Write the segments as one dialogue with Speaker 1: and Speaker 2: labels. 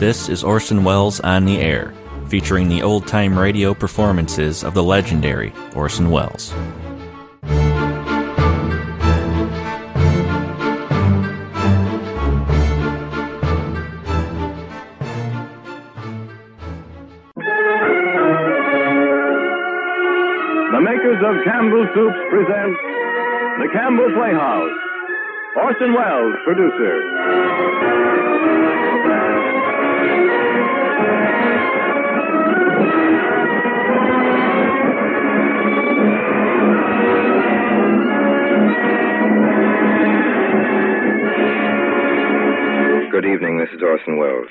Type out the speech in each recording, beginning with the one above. Speaker 1: This is Orson Welles on the Air, featuring the old time radio performances of the legendary Orson Welles.
Speaker 2: The makers of Campbell Soups present The Campbell Playhouse. Orson Welles, producer.
Speaker 3: Good evening. This is Orson Welles.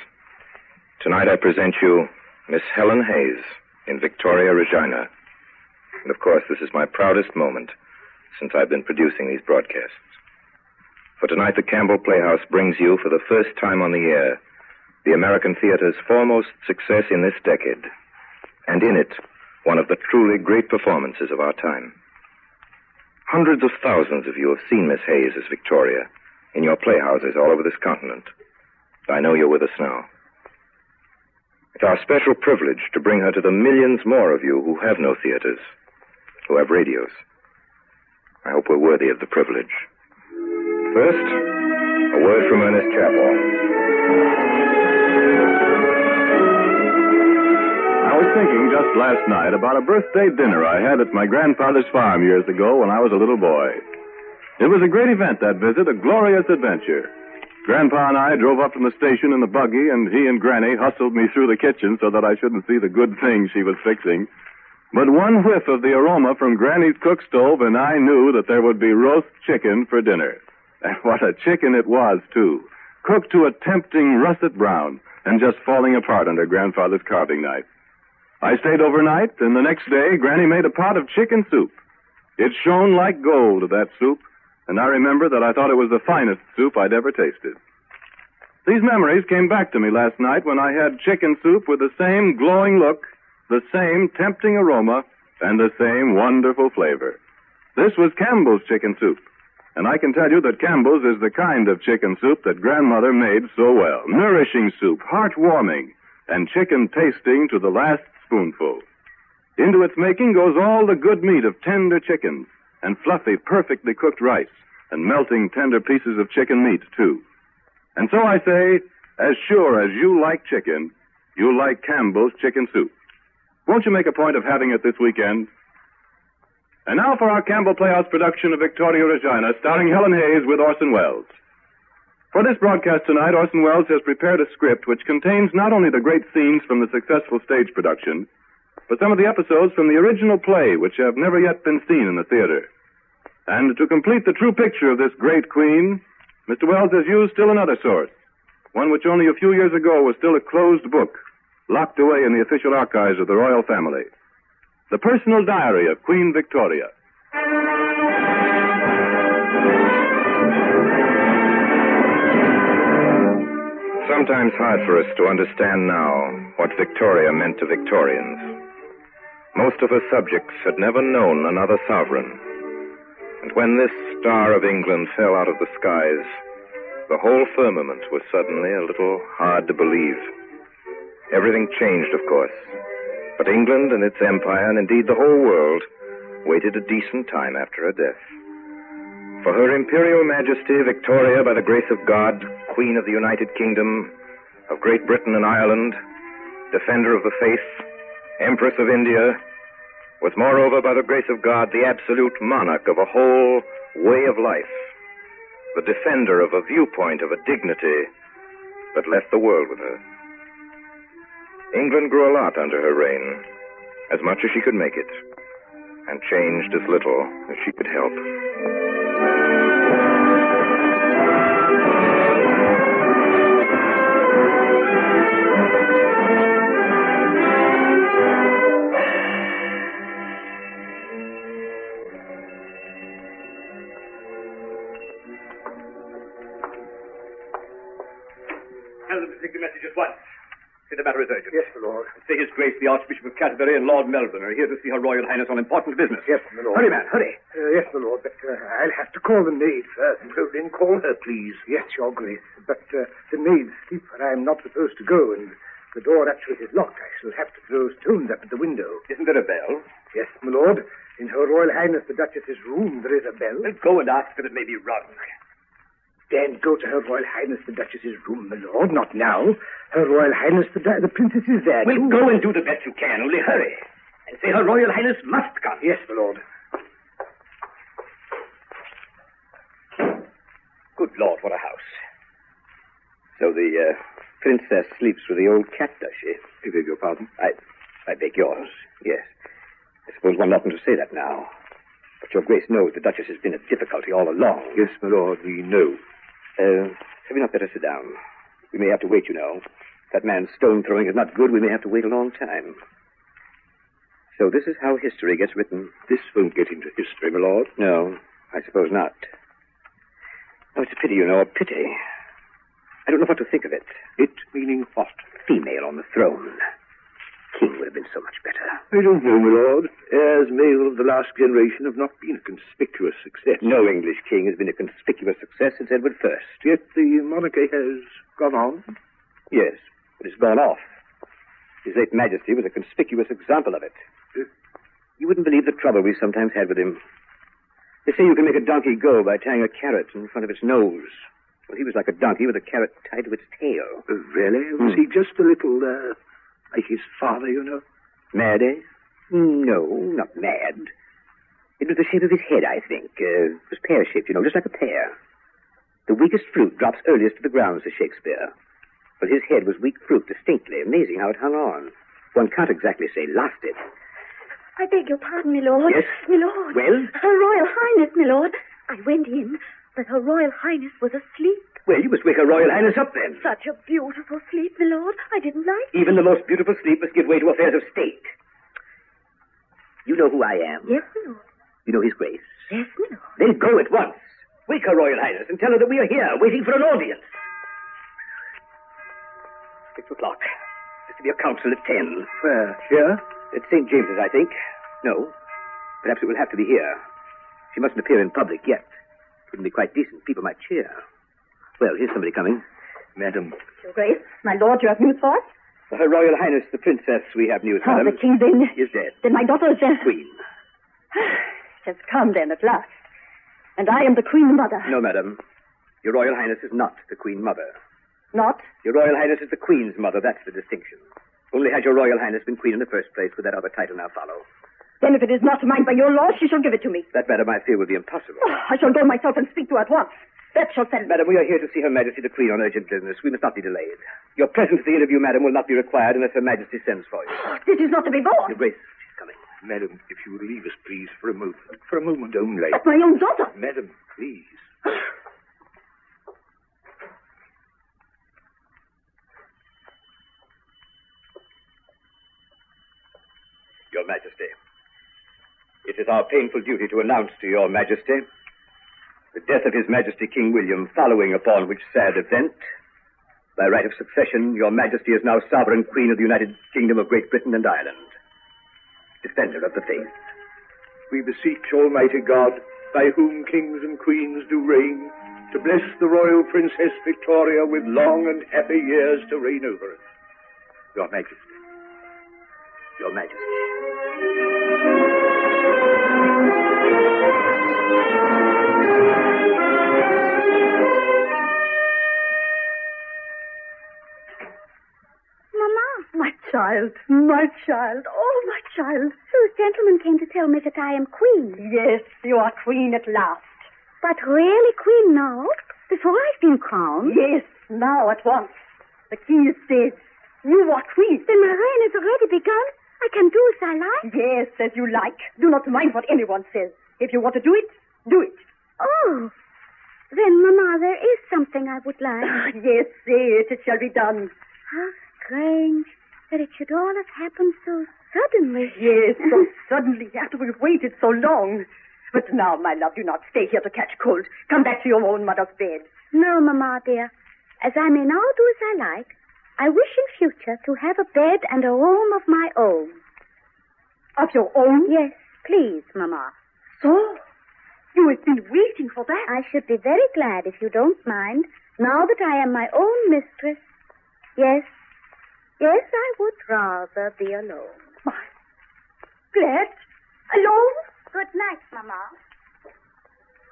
Speaker 3: Tonight I present you Miss Helen Hayes in Victoria Regina. And of course, this is my proudest moment since I've been producing these broadcasts. For tonight, the Campbell Playhouse brings you, for the first time on the air, the American theater's foremost success in this decade, and in it, one of the truly great performances of our time. Hundreds of thousands of you have seen Miss Hayes as Victoria in your playhouses all over this continent. I know you're with us now. It's our special privilege to bring her to the millions more of you who have no theaters, who have radios. I hope we're worthy of the privilege. First, a word from Ernest Chapel.
Speaker 2: I was thinking just last night about a birthday dinner I had at my grandfather's farm years ago when I was a little boy. It was a great event, that visit, a glorious adventure. Grandpa and I drove up from the station in the buggy, and he and Granny hustled me through the kitchen so that I shouldn't see the good thing she was fixing. But one whiff of the aroma from Granny's cook stove, and I knew that there would be roast chicken for dinner. And what a chicken it was, too. Cooked to a tempting russet brown, and just falling apart under Grandfather's carving knife. I stayed overnight, and the next day, Granny made a pot of chicken soup. It shone like gold, that soup, and I remember that I thought it was the finest soup I'd ever tasted. These memories came back to me last night when I had chicken soup with the same glowing look, the same tempting aroma, and the same wonderful flavor. This was Campbell's chicken soup, and I can tell you that Campbell's is the kind of chicken soup that grandmother made so well. Nourishing soup, heartwarming, and chicken tasting to the last spoonful. Into its making goes all the good meat of tender chickens and fluffy, perfectly cooked rice and melting tender pieces of chicken meat, too. And so I say, as sure as you like chicken, you like Campbell's chicken soup. Won't you make a point of having it this weekend? And now for our Campbell Playhouse production of Victoria Regina, starring Helen Hayes with Orson Welles. For this broadcast tonight, Orson Welles has prepared a script which contains not only the great scenes from the successful stage production, but some of the episodes from the original play which have never yet been seen in the theater. And to complete the true picture of this great queen, Mr. Wells has used still another source, one which only a few years ago was still a closed book, locked away in the official archives of the royal family. The personal diary of Queen Victoria.
Speaker 3: Sometimes hard for us to understand now what Victoria meant to Victorians. Most of her subjects had never known another sovereign. And when this star of England fell out of the skies, the whole firmament was suddenly a little hard to believe. Everything changed, of course. But England and its empire, and indeed the whole world, waited a decent time after her death. For her Imperial Majesty Victoria, by the grace of God, Queen of the United Kingdom, of Great Britain and Ireland, Defender of the Faith, Empress of India, was moreover, by the grace of God, the absolute monarch of a whole way of life, the defender of a viewpoint, of a dignity that left the world with her. England grew a lot under her reign, as much as she could make it, and changed as little as she could help.
Speaker 4: Tell them to take the message at once.
Speaker 5: See, the matter is urgent.
Speaker 6: Yes, my lord.
Speaker 5: Say His Grace the Archbishop of Canterbury and Lord Melbourne are here to see Her Royal Highness on important business.
Speaker 6: Yes, my lord.
Speaker 5: Hurry, man, hurry.
Speaker 6: Uh, yes, my lord, but uh, I'll have to call the maid first. Rowling, call her, please. Yes, your grace. But uh, the maids sleep where I'm not supposed to go, and the door actually is locked. I shall have to throw stones up at the window.
Speaker 5: Isn't there a bell?
Speaker 6: Yes, my lord. In Her Royal Highness the Duchess's room there is a bell.
Speaker 5: Well, go and ask that it may be rung.
Speaker 6: Uh, Then go to Her Royal Highness the Duchess's room, my lord. Not now. Her Royal Highness the, Di- the Princess is there.
Speaker 5: Well,
Speaker 6: too.
Speaker 5: go and do the best you can. Only hurry. And say Her Royal Highness must come.
Speaker 6: Yes, my lord.
Speaker 5: Good Lord, what a house.
Speaker 4: So the uh, princess sleeps with the old cat, does she? I beg your pardon? I, I beg yours, yes. I suppose one oughtn't to say that now. But your grace knows the duchess has been at difficulty all along. Yes, my lord, we know. Uh, had we not better sit down? We may have to wait, you know. If that man's stone throwing is not good, we may have to wait a long time. So this is how history gets written. This won't get into history, my lord. No, I suppose not. Oh, it's a pity, you know, a pity. I don't know what to think of it. It meaning what? Female on the throne. King would have been so much better.
Speaker 3: I don't know, my lord. Heirs male of the last generation have not been a conspicuous success.
Speaker 4: No English king has been a conspicuous success since Edward I.
Speaker 3: Yet the monarchy has gone on.
Speaker 4: Yes, but it's gone off. His late Majesty was a conspicuous example of it. You wouldn't believe the trouble we sometimes had with him. They say you can make a donkey go by tying a carrot in front of its nose. Well, he was like a donkey with a carrot tied to its tail. Hmm.
Speaker 3: Uh, really? Was he just a little, uh, like his father, you know?
Speaker 4: Mad, eh? No, not mad. It was the shape of his head, I think. Uh, it was pear shaped, you know, just like a pear. The weakest fruit drops earliest to the ground, says Shakespeare. But his head was weak fruit, distinctly. Amazing how it hung on. One can't exactly say lost it.
Speaker 7: I beg your pardon, my lord.
Speaker 4: Yes?
Speaker 7: My lord.
Speaker 4: Well?
Speaker 7: Her Royal Highness, my lord. I went in, but Her Royal Highness was asleep.
Speaker 4: Well, you must wake her Royal Highness up then.
Speaker 7: Such a beautiful sleep, my lord. I didn't like it.
Speaker 4: Even the most beautiful sleep must give way to affairs of state. You know who I am.
Speaker 7: Yes, my lord.
Speaker 4: You know His Grace.
Speaker 7: Yes, my lord.
Speaker 4: Then go at once. Wake her Royal Highness and tell her that we are here, waiting for an audience. Six o'clock. There's to be a council at ten.
Speaker 3: Where? Here?
Speaker 4: At St. James's, I think. No. Perhaps it will have to be here. She mustn't appear in public yet. It wouldn't be quite decent. People might cheer. Well, here's somebody coming. Madam.
Speaker 7: Your Grace, my lord, you have news for us?
Speaker 4: Her Royal Highness, the Princess, we have news,
Speaker 7: Oh,
Speaker 4: madam.
Speaker 7: the king then.
Speaker 4: Is dead.
Speaker 7: Then my daughter is there.
Speaker 4: Queen.
Speaker 7: Has come then at last. And I am the queen mother.
Speaker 4: No, madam. Your Royal Highness is not the Queen Mother.
Speaker 7: Not?
Speaker 4: Your Royal Highness is the Queen's mother. That's the distinction. Only had your Royal Highness been Queen in the first place, would that other title now follow?
Speaker 7: Then if it is not mine by your law, she shall give it to me.
Speaker 4: That, madam, I fear will be impossible.
Speaker 7: Oh, I shall go myself and speak to her at once. That shall send me.
Speaker 4: Madam, we are here to see Her Majesty the Queen on urgent business. We must not be delayed. Your presence at the interview, madam, will not be required unless Her Majesty sends for you.
Speaker 7: This is not to be
Speaker 4: Your
Speaker 7: borne.
Speaker 4: Grace, she's coming.
Speaker 3: Madam, if you will leave us, please, for a moment. For a moment only.
Speaker 7: But my own daughter.
Speaker 3: Madam, please.
Speaker 4: Your Majesty. It is our painful duty to announce to Your Majesty the death of His Majesty King William, following upon which sad event, by right of succession, Your Majesty is now sovereign Queen of the United Kingdom of Great Britain and Ireland, defender of the faith.
Speaker 3: We beseech Almighty God, by whom kings and queens do reign, to bless the royal Princess Victoria with long and happy years to reign over us.
Speaker 4: Your Majesty. Your Majesty.
Speaker 7: Mamma. My child, my child, oh, my child.
Speaker 8: Two gentlemen came to tell me that I am queen.
Speaker 7: Yes, you are queen at last.
Speaker 8: But really queen now? Before I've been crowned?
Speaker 7: Yes, now at once. The king is dead. You are queen.
Speaker 8: Then my reign has already begun. I can do as I like.
Speaker 7: Yes, as you like. Do not mind what anyone says. If you want to do it, do it.
Speaker 8: Oh. Then, Mamma, there is something I would like.
Speaker 7: Ah, yes, say it. It shall be done.
Speaker 8: How strange that it should all have happened so suddenly.
Speaker 7: Yes, so suddenly after we've waited so long. But now, my love, do not stay here to catch cold. Come back to your own mother's bed.
Speaker 8: No, Mamma, dear. As I may now do as I like, I wish in future to have a bed and a room of my own.
Speaker 7: Of your own?
Speaker 8: Yes, please, Mamma.
Speaker 7: So? You have been waiting for that?
Speaker 8: I should be very glad if you don't mind, now that I am my own mistress. Yes, yes, I would rather be alone.
Speaker 7: My. Glad? Alone?
Speaker 8: Good night, Mamma.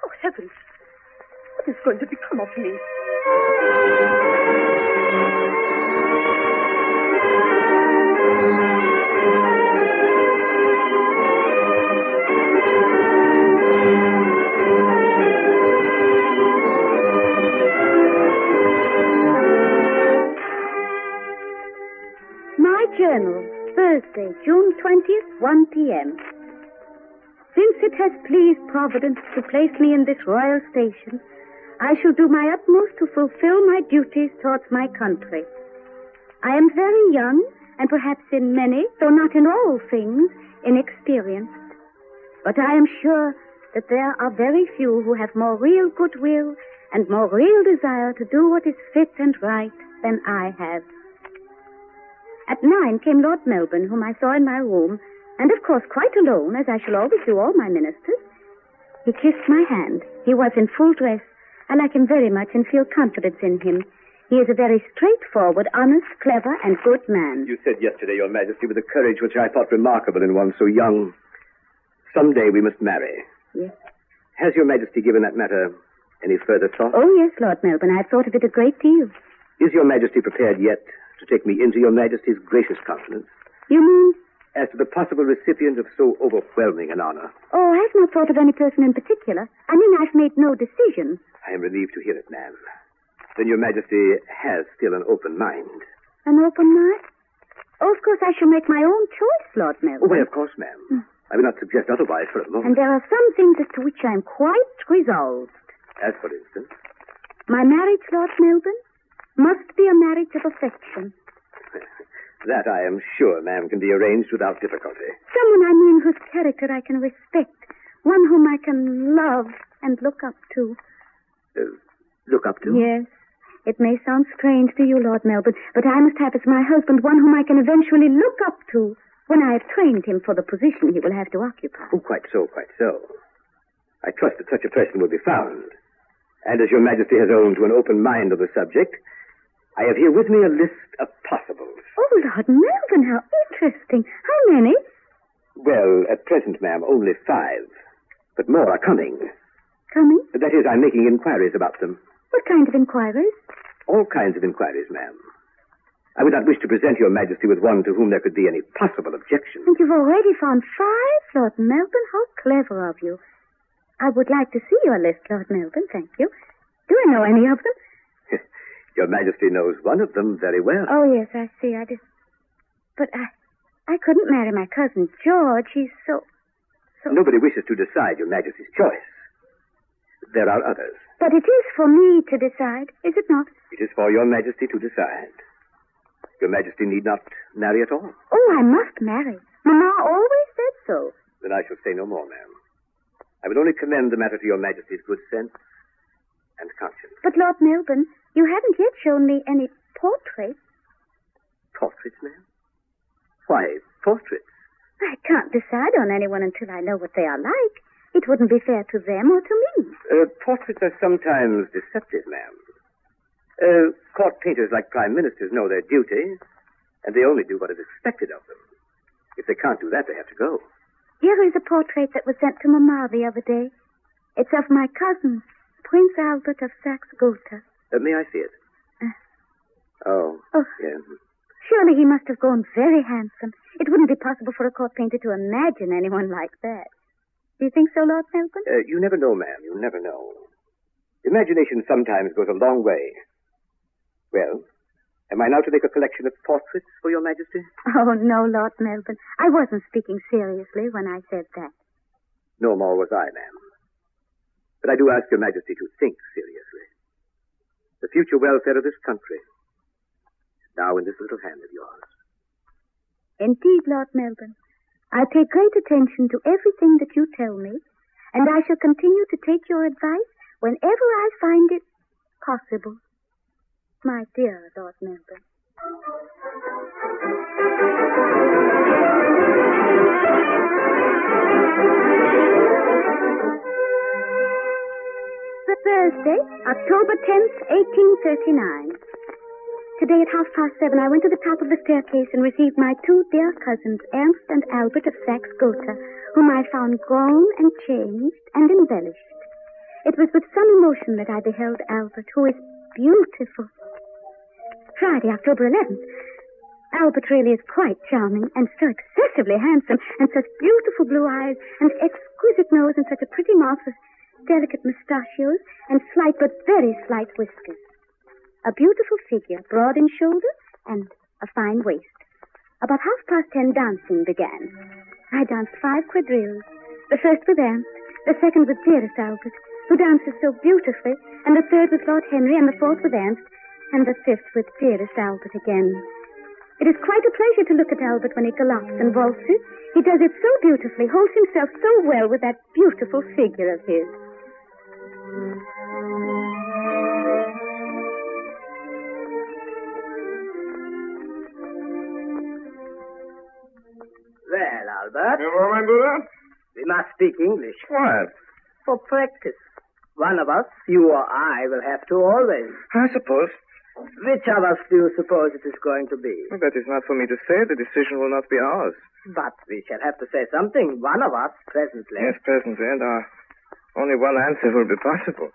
Speaker 7: Oh, heavens. What is going to become of me?
Speaker 8: My journal, Thursday, June 20th, 1 p.m. Since it has pleased Providence to place me in this royal station, I shall do my utmost to fulfill my duties towards my country. I am very young, and perhaps in many, though not in all things, inexperienced. But I am sure that there are very few who have more real goodwill and more real desire to do what is fit and right than I have. At nine came Lord Melbourne, whom I saw in my room, and of course quite alone, as I shall always do all my ministers. He kissed my hand. He was in full dress. I like him very much and feel confidence in him. He is a very straightforward, honest, clever, and good man.
Speaker 4: You said yesterday, Your Majesty, with a courage which I thought remarkable in one so young, someday we must marry.
Speaker 8: Yes.
Speaker 4: Has Your Majesty given that matter any further thought?
Speaker 8: Oh, yes, Lord Melbourne, I've thought of it a great deal.
Speaker 4: Is Your Majesty prepared yet to take me into Your Majesty's gracious confidence
Speaker 8: You mean?
Speaker 4: as to the possible recipient of so overwhelming an honor?
Speaker 8: Oh, I've not thought of any person in particular. I mean, I've made no decision.
Speaker 4: I am relieved to hear it, ma'am. Then Your Majesty has still an open mind.
Speaker 8: An open mind? Oh, of course, I shall make my own choice, Lord
Speaker 4: Oh,
Speaker 8: Melbourne.
Speaker 4: well, of course, ma'am. I will not suggest otherwise for a
Speaker 8: And
Speaker 4: moment.
Speaker 8: there are some things as to which I'm quite resolved.
Speaker 4: As for instance,
Speaker 8: My marriage, Lord Melbourne, must be a marriage of affection.
Speaker 4: that I am sure, ma'am, can be arranged without difficulty.
Speaker 8: Someone, I mean, whose character I can respect. One whom I can love and look up to.
Speaker 4: Uh, look up to.
Speaker 8: Yes. It may sound strange to you, Lord Melbourne, but I must have as my husband one whom I can eventually look up to when I have trained him for the position he will have to occupy.
Speaker 4: Oh, quite so, quite so. I trust that such a person will be found. And as your majesty has owned to an open mind on the subject, I have here with me a list of possibles.
Speaker 8: Oh, Lord Melbourne, how interesting. How many?
Speaker 4: Well, at present, ma'am, only five. But more are coming.
Speaker 8: Coming?
Speaker 4: That is, I'm making inquiries about them.
Speaker 8: What kind of inquiries?
Speaker 4: All kinds of inquiries, ma'am. I would not wish to present your majesty with one to whom there could be any possible objection.
Speaker 8: And you've already found five, Lord Melbourne. How clever of you. I would like to see your list, Lord Melbourne, thank you. Do I know any of them?
Speaker 4: Your majesty knows one of them very well.
Speaker 8: Oh, yes, I see. I did. But I I couldn't marry my cousin George. He's so.
Speaker 4: Nobody wishes to decide your majesty's choice. There are others.
Speaker 8: But it is for me to decide, is it not?
Speaker 4: It is for your majesty to decide. Your majesty need not marry at all.
Speaker 8: Oh, I must marry. Mamma always said so.
Speaker 4: Then I shall say no more, ma'am. I will only commend the matter to your majesty's good sense and conscience.
Speaker 8: But, Lord Melbourne, you haven't yet shown me any portraits.
Speaker 4: Portraits, ma'am? Why, portraits?
Speaker 8: I can't decide on anyone until I know what they are like. It wouldn't be fair to them or to me.
Speaker 4: Uh, portraits are sometimes deceptive, ma'am. Uh, court painters like prime ministers know their duty, and they only do what is expected of them. If they can't do that, they have to go.
Speaker 8: Here is a portrait that was sent to Mamma the other day. It's of my cousin, Prince Albert of Saxe-Gotha.
Speaker 4: Uh, may I see it?
Speaker 8: Uh.
Speaker 4: Oh,
Speaker 8: Oh,
Speaker 4: yeah.
Speaker 8: Surely he must have grown very handsome. It wouldn't be possible for a court painter to imagine anyone like that. Do you think so, Lord Melbourne?
Speaker 4: Uh, you never know, ma'am. You never know. Imagination sometimes goes a long way. Well, am I now to make a collection of portraits for your majesty?
Speaker 8: Oh, no, Lord Melbourne. I wasn't speaking seriously when I said that.
Speaker 4: No more was I, ma'am. But I do ask your majesty to think seriously. The future welfare of this country is now in this little hand of yours.
Speaker 8: Indeed, Lord Melbourne. I pay great attention to everything that you tell me, and I shall continue to take your advice whenever I find it possible. My dear Lord Melbourne. The Thursday, October 10th, 1839. Today at half past seven, I went to the top of the staircase and received my two dear cousins, Ernst and Albert of Saxe-Gotha, whom I found grown and changed and embellished. It was with some emotion that I beheld Albert, who is beautiful. Friday, October 11th. Albert really is quite charming and so excessively handsome and such beautiful blue eyes and exquisite nose and such a pretty mouth with delicate mustachios and slight but very slight whiskers. A beautiful figure, broad in shoulder and a fine waist. About half past ten, dancing began. I danced five quadrilles. The first with Ernst, the second with dearest Albert, who dances so beautifully, and the third with Lord Henry, and the fourth with Ernst, and the fifth with dearest Albert again. It is quite a pleasure to look at Albert when he gallops and waltzes. He does it so beautifully, holds himself so well with that beautiful figure of his.
Speaker 6: Well, Albert,
Speaker 9: All right, Buddha?
Speaker 6: we must speak English
Speaker 9: What?
Speaker 6: for practice. One of us, you or I, will have to always.
Speaker 9: I suppose.
Speaker 6: Which of us do you suppose it is going to be?
Speaker 9: That is not for me to say. The decision will not be ours.
Speaker 6: But we shall have to say something, one of us, presently.
Speaker 9: Yes, presently, and uh, only one answer will be possible,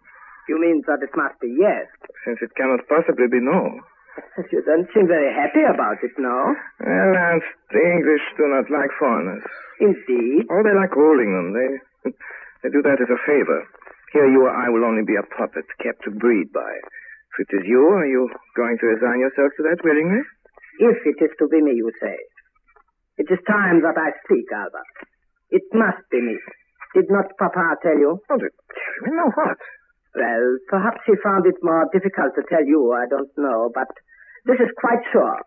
Speaker 6: You mean that it must be yes.
Speaker 9: since it cannot possibly be no.
Speaker 6: You don't seem very happy about it, no?
Speaker 9: Well, Hans, the English do not like foreigners.
Speaker 6: Indeed.
Speaker 9: Oh, they like ruling them. They, they do that as a favor. Here, you or I will only be a puppet, kept to breed by. If it is you, are you going to resign yourself to that willingly?
Speaker 6: If it is to be me, you say. It is time that I speak, Albert. It must be me. Did not Papa tell you?
Speaker 9: Oh, the- tell me now what?
Speaker 6: Well, perhaps he found it more difficult to tell you, I don't know, but this is quite sure.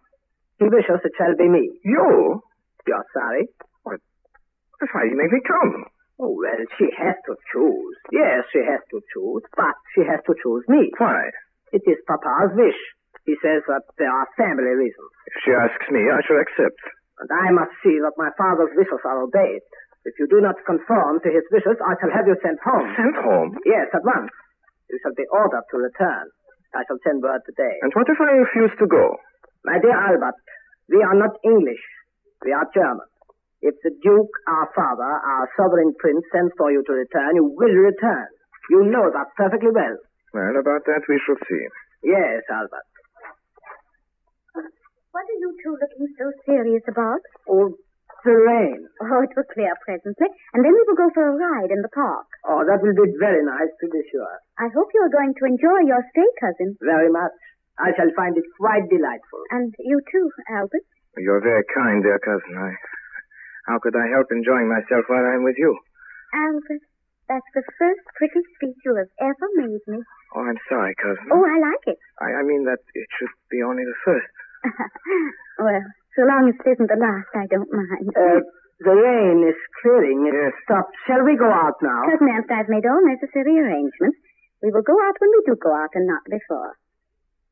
Speaker 6: He wishes it shall be me.
Speaker 9: You?
Speaker 6: You're sorry?
Speaker 9: Why, you make me come.
Speaker 6: Oh, well, she has to choose. Yes, she has to choose, but she has to choose me.
Speaker 9: Why?
Speaker 6: It is Papa's wish. He says that there are family reasons.
Speaker 9: If she asks me, I shall accept.
Speaker 6: and I must see that my father's wishes are obeyed. If you do not conform to his wishes, I shall have you sent home.
Speaker 9: Sent home?
Speaker 6: Yes, at once. You shall be ordered to return. I shall send word today.
Speaker 9: And what if I refuse to go?
Speaker 6: My dear Albert, we are not English. We are German. If the Duke, our father, our sovereign prince, sends for you to return, you will return. You know that perfectly well.
Speaker 9: Well, about that we shall see.
Speaker 6: Yes, Albert.
Speaker 8: What are you two looking so serious about?
Speaker 6: Oh, the rain.
Speaker 8: Oh, it will clear presently, and then we will go for a ride in the park.
Speaker 6: Oh, that will be very nice, to be sure.
Speaker 8: I hope you are going to enjoy your stay, cousin.
Speaker 6: Very much. I shall find it quite delightful.
Speaker 8: And you too, Albert.
Speaker 9: You're very kind, dear cousin. I, how could I help enjoying myself while I'm with you?
Speaker 8: Albert, that's the first pretty speech you have ever made me.
Speaker 9: Oh, I'm sorry, cousin.
Speaker 8: Oh, I like it.
Speaker 9: I, I mean that it should be only the first.
Speaker 8: well, so long as it isn't the last, I don't mind.
Speaker 6: Uh, the rain is clearing. It
Speaker 9: Yes.
Speaker 6: stopped. Shall we go out now?
Speaker 8: Cousin Ernst, I've made all necessary arrangements. We will go out when we do go out and not before.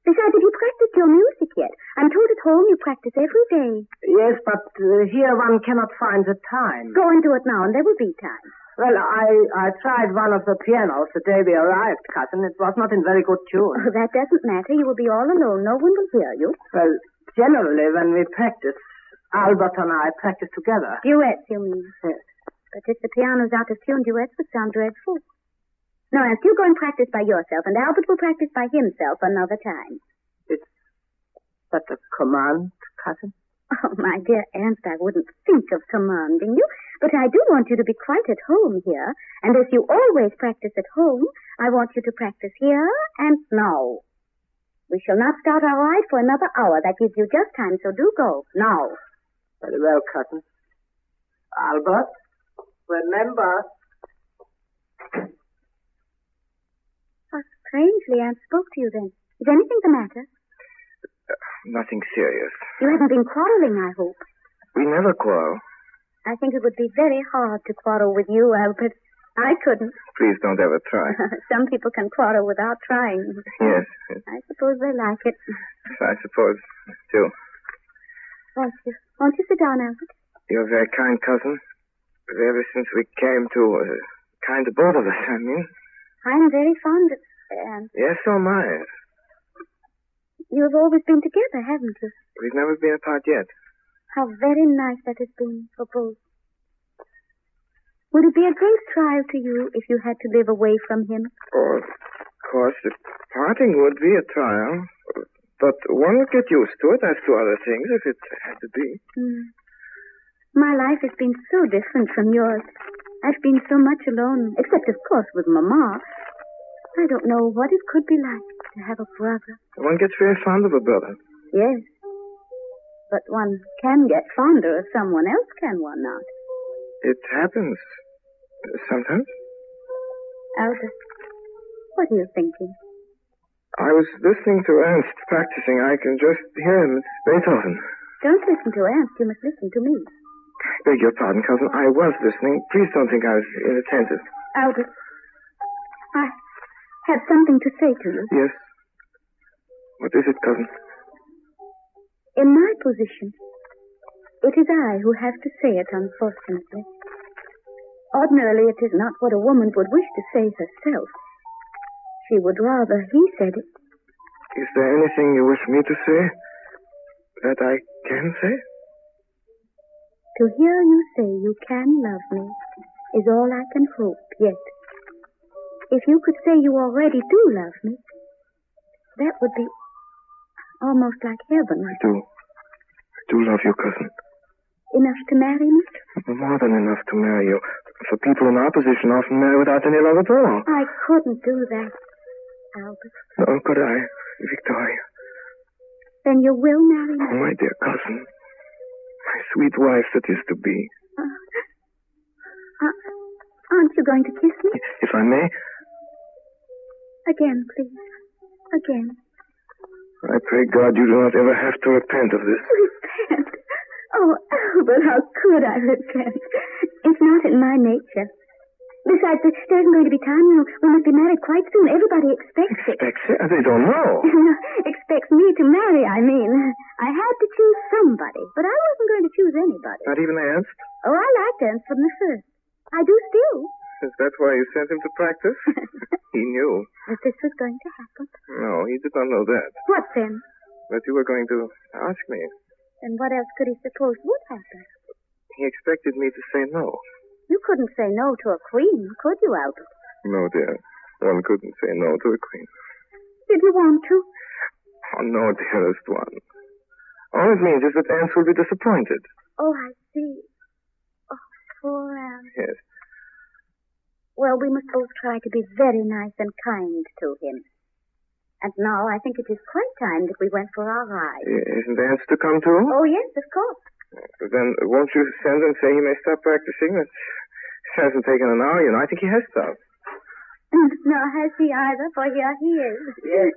Speaker 8: Besides, did you practice your music yet? I'm told at home you practice every day.
Speaker 6: Yes, but uh, here one cannot find the time.
Speaker 8: Go and do it now, and there will be time.
Speaker 6: Well, I, I tried one of the pianos the day we arrived, cousin. It was not in very good
Speaker 8: Oh,
Speaker 6: tune.
Speaker 8: that doesn't matter. You will be all alone. No one will hear you.
Speaker 6: well, generally when we practice, Albert and I practice together.
Speaker 8: Duets, you mean? But if the piano's out of tune, duets would sound dreadful. No, Ernst, you go and practice by yourself, and Albert will practice by himself another time.
Speaker 6: But a command, cousin?
Speaker 8: Oh, my dear Ernst, I wouldn't think of commanding you, but I do want you to be quite at home here. And as you always practice at home, I want you to practice here and now. We shall not start our ride for another hour. That gives you just time, so do go now.
Speaker 6: Very well, cousin. Albert, remember.
Speaker 8: How strangely Ernst spoke to you then. Is anything the matter?
Speaker 9: Nothing serious.
Speaker 8: You haven't been quarreling, I hope.
Speaker 9: We never quarrel.
Speaker 8: I think it would be very hard to quarrel with you, Albert. I couldn't.
Speaker 9: Please don't ever try.
Speaker 8: Some people can quarrel without trying.
Speaker 9: yes, yes,
Speaker 8: I suppose they like it.
Speaker 9: I suppose.
Speaker 3: too.
Speaker 8: Won't you? Won't you sit down, Albert?
Speaker 3: You're very kind, cousin. Ever since we came to, uh, kind to both of us, I mean.
Speaker 8: I'm very fond of um, Anne.
Speaker 3: Yes, so am I.
Speaker 8: You've always been together, haven't you?
Speaker 3: We've never been apart yet.
Speaker 8: How very nice that has been for both. Would it be a great trial to you if you had to live away from him?
Speaker 3: Oh, of course, the parting would be a trial. But one would get used to it as to other things if it had to be.
Speaker 8: Mm. My life has been so different from yours. I've been so much alone, except, of course, with Mamma. I don't know what it could be like to have a brother.
Speaker 3: One gets very fond of a brother.
Speaker 8: Yes. But one can get fonder of someone else, can one not?
Speaker 3: It happens. Sometimes.
Speaker 8: Albert, what are you thinking?
Speaker 3: I was listening to Ernst practicing. I can just hear him. It's Beethoven.
Speaker 8: Don't listen to Ernst. You must listen to me.
Speaker 3: Beg your pardon, cousin. I was listening. Please don't think I was inattentive.
Speaker 8: Albert, I have something to say to you.
Speaker 3: Yes. What is it, cousin?
Speaker 8: In my position, it is I who have to say it, unfortunately. Ordinarily, it is not what a woman would wish to say herself. She would rather he said it.
Speaker 3: Is there anything you wish me to say that I can say?
Speaker 8: To hear you say you can love me is all I can hope yet. If you could say you already do love me, that would be almost like heaven.
Speaker 3: I do. I do love you, cousin.
Speaker 8: Enough to marry me?
Speaker 3: More than enough to marry you. For people in our position often marry without any love at all.
Speaker 8: I couldn't do that, Albert.
Speaker 3: No, could I, Victoria?
Speaker 8: Then you will marry
Speaker 3: Oh,
Speaker 8: me.
Speaker 3: my dear cousin. My sweet wife that is to be.
Speaker 8: Uh, aren't you going to kiss me?
Speaker 3: If I may,
Speaker 8: Again, please. Again.
Speaker 3: I pray God you do not ever have to repent of this.
Speaker 8: Repent. Oh, Albert, how could I repent? It's not in my nature. Besides, there there isn't going to be time. You know, we must be married quite soon. Everybody expects it.
Speaker 3: Expects it? They don't know.
Speaker 8: No, expects me to marry, I mean. I had to choose somebody, but I wasn't going to choose anybody.
Speaker 3: Not even Ernst?
Speaker 8: Oh, I liked Ernst from the first. I do still.
Speaker 3: Is that why you sent him to practice? he knew.
Speaker 8: That this was going to happen.
Speaker 3: No, he did not know that.
Speaker 8: What then?
Speaker 3: That you were going to ask me.
Speaker 8: And what else could he suppose would happen?
Speaker 3: He expected me to say no.
Speaker 8: You couldn't say no to a queen, could you, Albert?
Speaker 3: No, dear. One couldn't say no to a queen.
Speaker 8: Did you want to?
Speaker 3: Oh, no, dearest one. All it means is that Ernst will be disappointed.
Speaker 8: Oh, I see. Oh, poor Al.
Speaker 3: Yes.
Speaker 8: Well, we must both try to be very nice and kind to him. And now I think it is quite time that we went for our ride.
Speaker 3: I- Isn't Ernst to come too?
Speaker 8: Oh, yes, of course.
Speaker 3: Then won't you send and say he may stop practicing? It hasn't taken an hour, you know. I think he has stopped.
Speaker 8: Nor has he either, for here he is.
Speaker 6: Yes,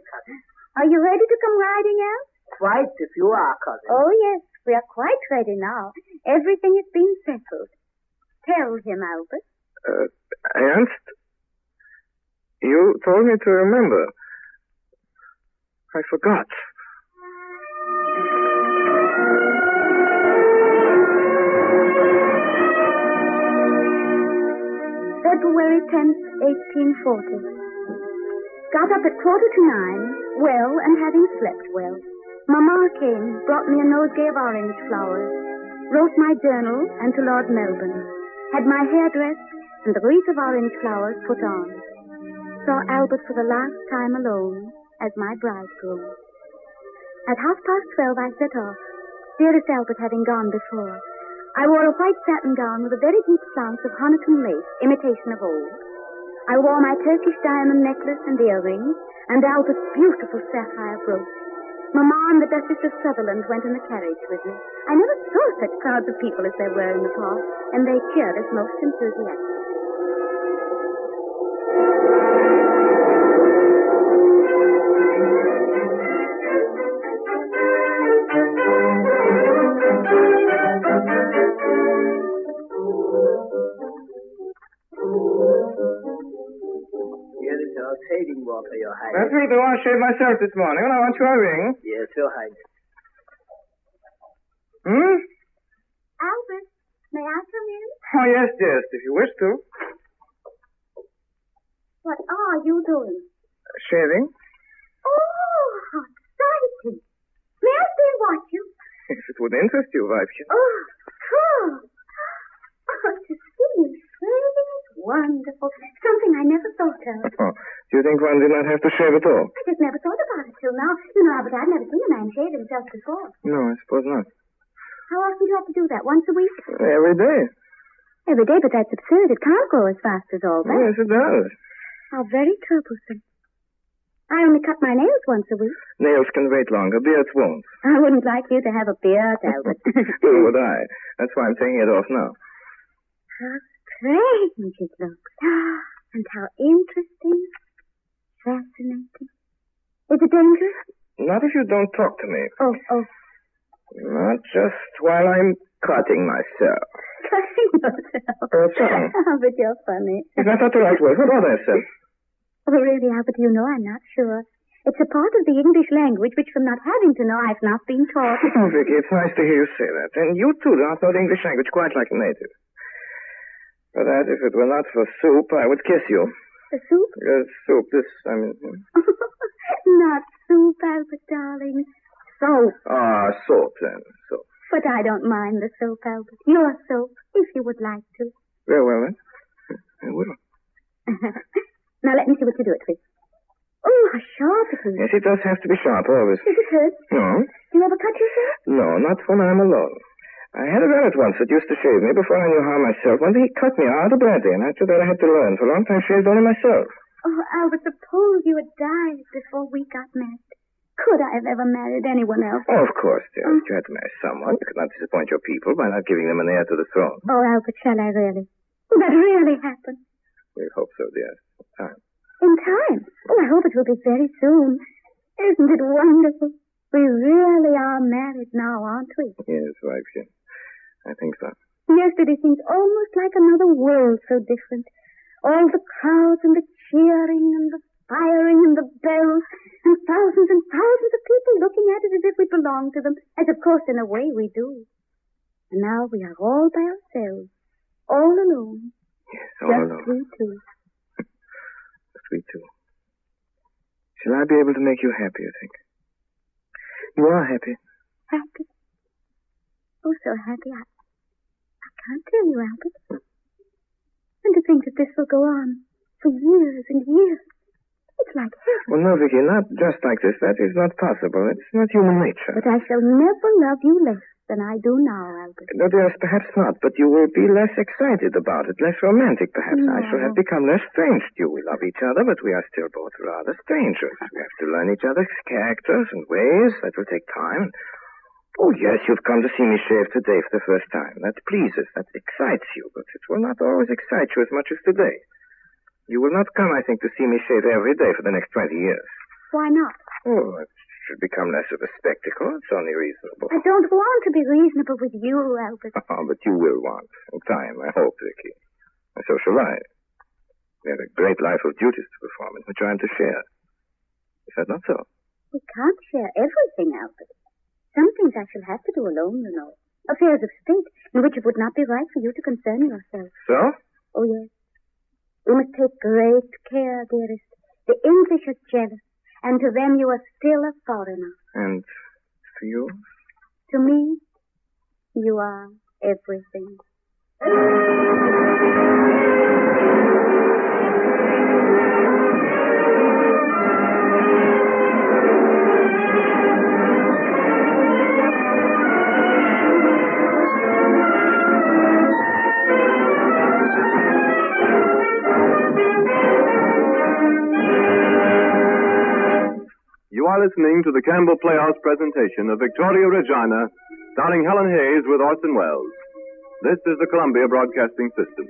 Speaker 8: Are you ready to come riding, Al?
Speaker 6: quite if you are, cousin.
Speaker 8: Oh, yes, we are quite ready now. Everything has been settled. Tell him, Albert.
Speaker 3: Uh, Ernst? You told me to remember. I forgot.
Speaker 8: February 10th, 1840. Got up at quarter to nine, well and having slept well. Mamma came, brought me a nosegay of orange flowers, wrote my journal and to Lord Melbourne, had my hair dressed and the wreath of orange flowers put on. Saw Albert for the last time alone as my bridegroom. At half past twelve I set off, dearest Albert having gone before. I wore a white satin gown with a very deep flounce of Honiton lace, imitation of old. I wore my Turkish diamond necklace and earrings, and Albert's beautiful sapphire brooch. Mamma and the Duchess of Sutherland went in the carriage with me. I never saw such crowds of people as there were in the park, and they cheered us most enthusiastically.
Speaker 6: Here is your trading water, your highness.
Speaker 3: Let me do. I shaved myself this morning, and I want your ring.
Speaker 6: Yes, your highness.
Speaker 3: Hmm?
Speaker 10: Albert, may I come in?
Speaker 3: Oh, yes, dearest, if you wish to.
Speaker 10: What are you doing?
Speaker 3: Shaving?
Speaker 10: Oh, how exciting. May I see what you?
Speaker 3: If it would interest you, Vipkin.
Speaker 10: Oh, cool. Oh, to see you shaving is wonderful. Something I never thought of.
Speaker 3: Oh, do you think one did not have to shave at all?
Speaker 10: I just never thought about it till now. You know, Albert, I've never seen a man shave himself before.
Speaker 3: No, I suppose not.
Speaker 10: How often do you have to do that? Once a week?
Speaker 3: Every day.
Speaker 8: Every day, but that's absurd. It can't grow as fast as all that.
Speaker 3: Yes, it does.
Speaker 8: How very troublesome. I only cut my nails once a week.
Speaker 3: Nails can wait longer, beards won't.
Speaker 8: I wouldn't like you to have a beard, Albert.
Speaker 3: Nor would I. That's why I'm taking it off now.
Speaker 8: How strange it looks. And how interesting. Fascinating. Is it dangerous?
Speaker 3: Not if you don't talk to me.
Speaker 8: Oh, oh.
Speaker 3: Not just while I'm cutting myself.
Speaker 8: Cutting yourself.
Speaker 3: Uh, sorry.
Speaker 8: Albert, you're funny.
Speaker 3: Is that not the right word? What was I said?
Speaker 8: Oh, really, Albert, you know I'm not sure. It's a part of the English language which, from not having to know, I've not been taught.
Speaker 3: Oh, Vicky, it's nice to hear you say that. And you too do not know the English language quite like a native. For that, if it were not for soup, I would kiss you.
Speaker 8: The soup?
Speaker 3: Uh, soup, this, I mean.
Speaker 8: Not soup, Albert, darling. Soap.
Speaker 3: Ah, soap then, soap.
Speaker 8: But I don't mind the soap, Albert. Your soap, if you would like to.
Speaker 3: Very well then. I will.
Speaker 8: now let me see what you do it with. Oh, how sharp it is.
Speaker 3: Yes, it does have to be sharp, always.
Speaker 8: Does it hurt?
Speaker 3: No,
Speaker 8: Do you ever cut yourself?
Speaker 3: no, not when I'm alone. I had a valet once that used to shave me before I knew how myself. One day he cut me out badly, and after that I had to learn. For a long time, shaved only myself.
Speaker 8: Oh, Albert, suppose you had died before we got married. Could I have ever married anyone else?
Speaker 3: Oh, of course, dear. If you had to marry someone, you could not disappoint your people by not giving them an heir to the throne.
Speaker 8: Oh, Albert, shall I really? Will that really happen?
Speaker 3: We hope so, dear. Ah, Time.
Speaker 8: In time. Oh, I hope it will be very soon. Isn't it wonderful? We really are married now, aren't we?
Speaker 3: Yes, Vipkin. I think so.
Speaker 8: Yesterday seems almost like another world, so different. All the crowds and the cheering and the firing and the bells and thousands and thousands of people looking at us as if we belonged to them, as of course in a way we do. And now we are all by ourselves, all alone,
Speaker 3: Yes, all
Speaker 8: just
Speaker 3: alone.
Speaker 8: we two.
Speaker 3: Just we two. Shall I be able to make you happy, you think? You are happy.
Speaker 8: Happy. Oh, so happy. I, I can't tell you, Albert. And to think that this will go on for years and years. It's like heaven.
Speaker 3: Well, no, Vicky, not just like this. That is not possible. It's not human nature.
Speaker 8: But I shall never love you less than I do now, Albert.
Speaker 3: No, dearest, perhaps not, but you will be less excited about it, less romantic, perhaps. I shall have
Speaker 8: No.
Speaker 3: become less strange to you. We love each other, but we are still both rather strangers. We have to learn each other's characters and ways. That will take time. Oh, yes, you've come to see me shave today for the first time. That pleases, that excites you, but it will not always excite you as much as today. You will not come, I think, to see me shave every day for the next 20 years.
Speaker 8: Why not?
Speaker 3: Oh, it should become less of a spectacle. It's only reasonable.
Speaker 8: I don't want to be reasonable with you, Albert.
Speaker 3: Oh, but you will want. In time, I hope, Vicky. And so shall I. We have a great life of duties to perform in which I am to share. Is that not so?
Speaker 8: We can't share everything, Albert. Some things I shall have to do alone, you know. Affairs of state in which it would not be right for you to concern yourself.
Speaker 3: So?
Speaker 8: Oh, yes. We must take great care, dearest. The English are jealous, and to them you are still a foreigner.
Speaker 3: And to you?
Speaker 8: To me, you are everything.
Speaker 2: You are listening to the Campbell Playhouse presentation of Victoria Regina, starring Helen Hayes with Orson Welles. This is the Columbia Broadcasting System.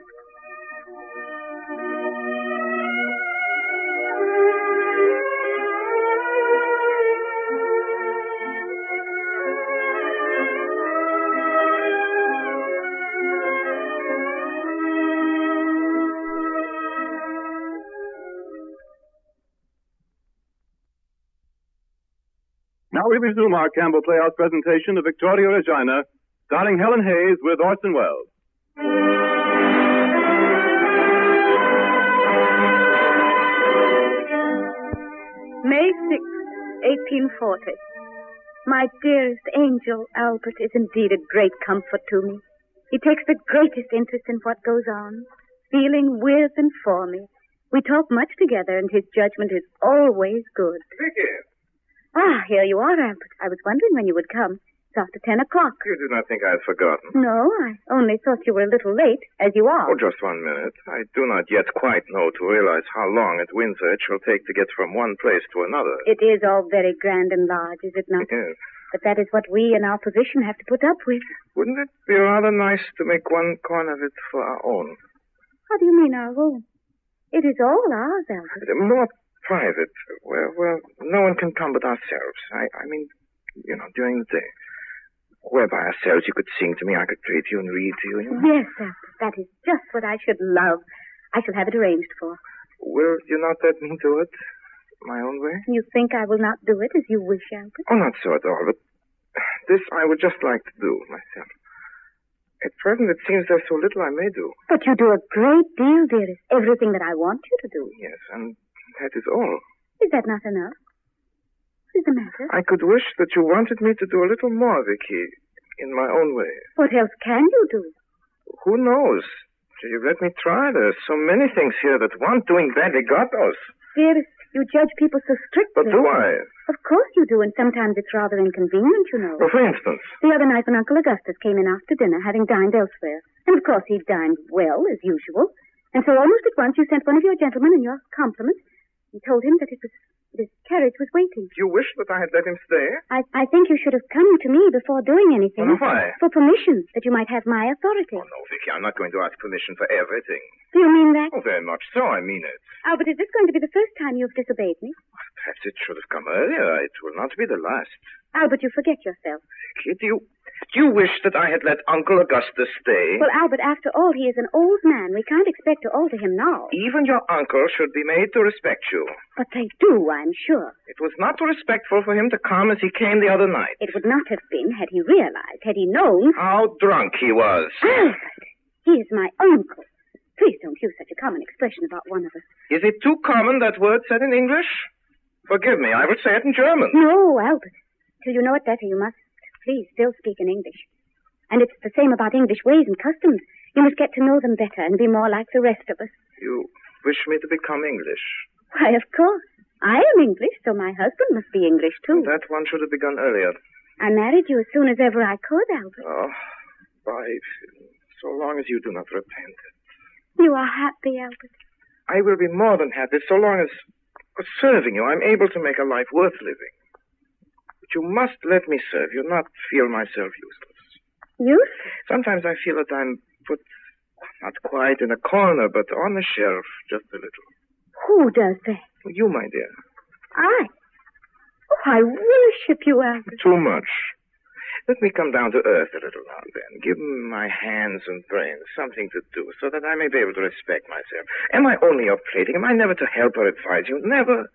Speaker 2: Now we resume our Campbell Playhouse presentation of Victoria Regina, starring Helen Hayes with Orson Welles.
Speaker 8: May 6th, 1840. My dearest angel, Albert, is indeed a great comfort to me. He takes the greatest interest in what goes on, feeling with and for me. We talk much together, and his judgment is always good.
Speaker 3: Vicky,
Speaker 8: Ah, here you are, Albert. I was wondering when you would come. It's after ten o'clock.
Speaker 3: you do not think I have forgotten.
Speaker 8: No, I only thought you were a little late, as you are.
Speaker 3: Oh, just one minute. I do not yet quite know to realize how long at Windsor it shall take to get from one place to another.
Speaker 8: It is all very grand and large, is it not?
Speaker 3: Yes.
Speaker 8: But that is what we in our position have to put up with.
Speaker 3: Wouldn't it be rather nice to make one corner of it for our own?
Speaker 8: How do you mean our own? It is all ours, Albert.
Speaker 3: More private, where, where no one can come but ourselves. I, I mean, you know, during the day. Where by ourselves you could sing to me, I could play to you and read to you. you know.
Speaker 8: Yes, Albert, that is just what I should love. I shall have it arranged for.
Speaker 3: Will you not let me do it my own way?
Speaker 8: You think I will not do it as you wish, Albert?
Speaker 3: Oh, not so at all, but this I would just like to do myself. At present, it seems there's so little I may do.
Speaker 8: But you do a great deal, dearest. Everything that I want you to do.
Speaker 3: Yes, and that is all.
Speaker 8: Is that not enough? What is the matter?
Speaker 3: I could wish that you wanted me to do a little more, Vicky, in my own way.
Speaker 8: What else can you do?
Speaker 3: Who knows? You let me try. There's so many things here that want doing badly got us.
Speaker 8: Dearest, you judge people so strictly.
Speaker 3: But do I?
Speaker 8: Of course you do, and sometimes it's rather inconvenient, you know.
Speaker 3: Well, for instance,
Speaker 8: The other night when Uncle Augustus came in after dinner, having dined elsewhere, and of course he dined well, as usual, and so almost at once you sent one of your gentlemen in your compliments and told him that it was this carriage was waiting.
Speaker 3: you wish that I had let him stay?
Speaker 8: I, I think you should have come to me before doing anything.
Speaker 3: Well, why?
Speaker 8: For permission, that you might have my authority.
Speaker 3: No, Vicky, I'm not going to ask permission for everything.
Speaker 8: Do you mean that?
Speaker 3: Oh, very much so, I mean it.
Speaker 8: Albert, is this going to be the first time you have disobeyed me?
Speaker 3: Perhaps it should have come earlier. It will not be the last.
Speaker 8: Albert, you forget yourself.
Speaker 3: Vicky, do you, do you wish that I had let Uncle Augustus stay?
Speaker 8: Well, Albert, after all, he is an old man. We can't expect to alter him now.
Speaker 3: Even your uncle should be made to respect you.
Speaker 8: But they do, I'm sure.
Speaker 3: It was not respectful for him to come as he came the other night.
Speaker 8: It would not have been had he realized, had he known.
Speaker 3: How drunk he was.
Speaker 8: Albert, he is my uncle. Please don't use such a common expression about one of us.
Speaker 3: Is it too common, that word said in English? Forgive me, I would say it in German.
Speaker 8: No, Albert. Till you know it better, you must please still speak in English. And it's the same about English ways and customs. You must get to know them better and be more like the rest of us.
Speaker 3: You wish me to become English.
Speaker 8: Why, of course. I am English, so my husband must be English, too.
Speaker 3: That one should have begun earlier.
Speaker 8: I married you as soon as ever I could, Albert.
Speaker 3: Oh, by so long as you do not repent.
Speaker 8: You are happy, Albert.
Speaker 3: I will be more than happy so long as for serving you, I'm able to make a life worth living. But you must let me serve you, not feel myself useless.
Speaker 8: You?
Speaker 3: Sometimes I feel that I'm put not quite in a corner, but on the shelf just a little.
Speaker 8: Who does that?
Speaker 3: You, my dear,
Speaker 8: I. Oh, I worship you, Albert.
Speaker 3: too much. Let me come down to earth a little now and then. Give my hands and brains something to do so that I may be able to respect myself. Am I only your plating? Am I never to help or advise you? Never.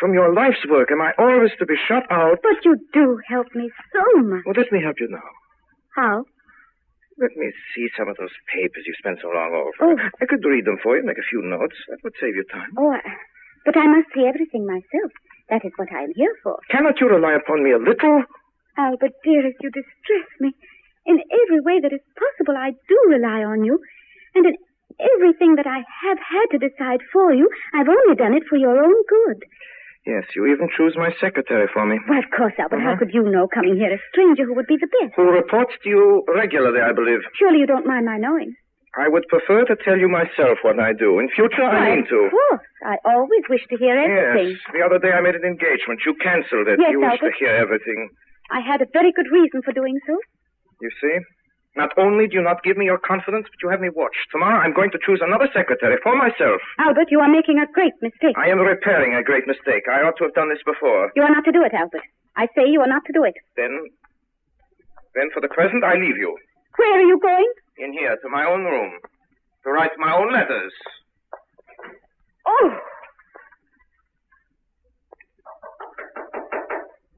Speaker 3: From your life's work, am I always to be shut out?
Speaker 8: But you do help me so much.
Speaker 3: Well, let me help you now.
Speaker 8: How?
Speaker 3: Let me see some of those papers you spent so long over.
Speaker 8: Oh.
Speaker 3: I could read them for you, make a few notes. That would save you time.
Speaker 8: Oh, I, but I must see everything myself. That is what I am here for.
Speaker 3: Cannot you rely upon me a little?
Speaker 8: Albert, dearest, you distress me. In every way that is possible, I do rely on you. And in everything that I have had to decide for you, I've only done it for your own good.
Speaker 3: Yes, you even choose my secretary for me,
Speaker 8: Why, of course, Albert, how could you know, coming here, a stranger who would be the best?
Speaker 3: who reports to you regularly, I believe.
Speaker 8: Surely you don't mind my knowing.
Speaker 3: I would prefer to tell you myself what I do. In future, I
Speaker 8: Why,
Speaker 3: mean to.
Speaker 8: Of course, I always wish to hear everything.
Speaker 3: Yes, the other day I made an engagement. You cancelled it.
Speaker 8: Yes,
Speaker 3: you wish
Speaker 8: Albert.
Speaker 3: to hear everything.
Speaker 8: I had a very good reason for doing so.
Speaker 3: You see? Not only do you not give me your confidence, but you have me watched. Tomorrow I'm going to choose another secretary for myself.
Speaker 8: Albert, you are making a great mistake.
Speaker 3: I am repairing a great mistake. I ought to have done this before.
Speaker 8: You are not to do it, Albert. I say you are not to do it.
Speaker 3: Then, then for the present, I leave you.
Speaker 8: Where are you going?
Speaker 3: In here, to my own room. To write my own letters.
Speaker 8: Oh!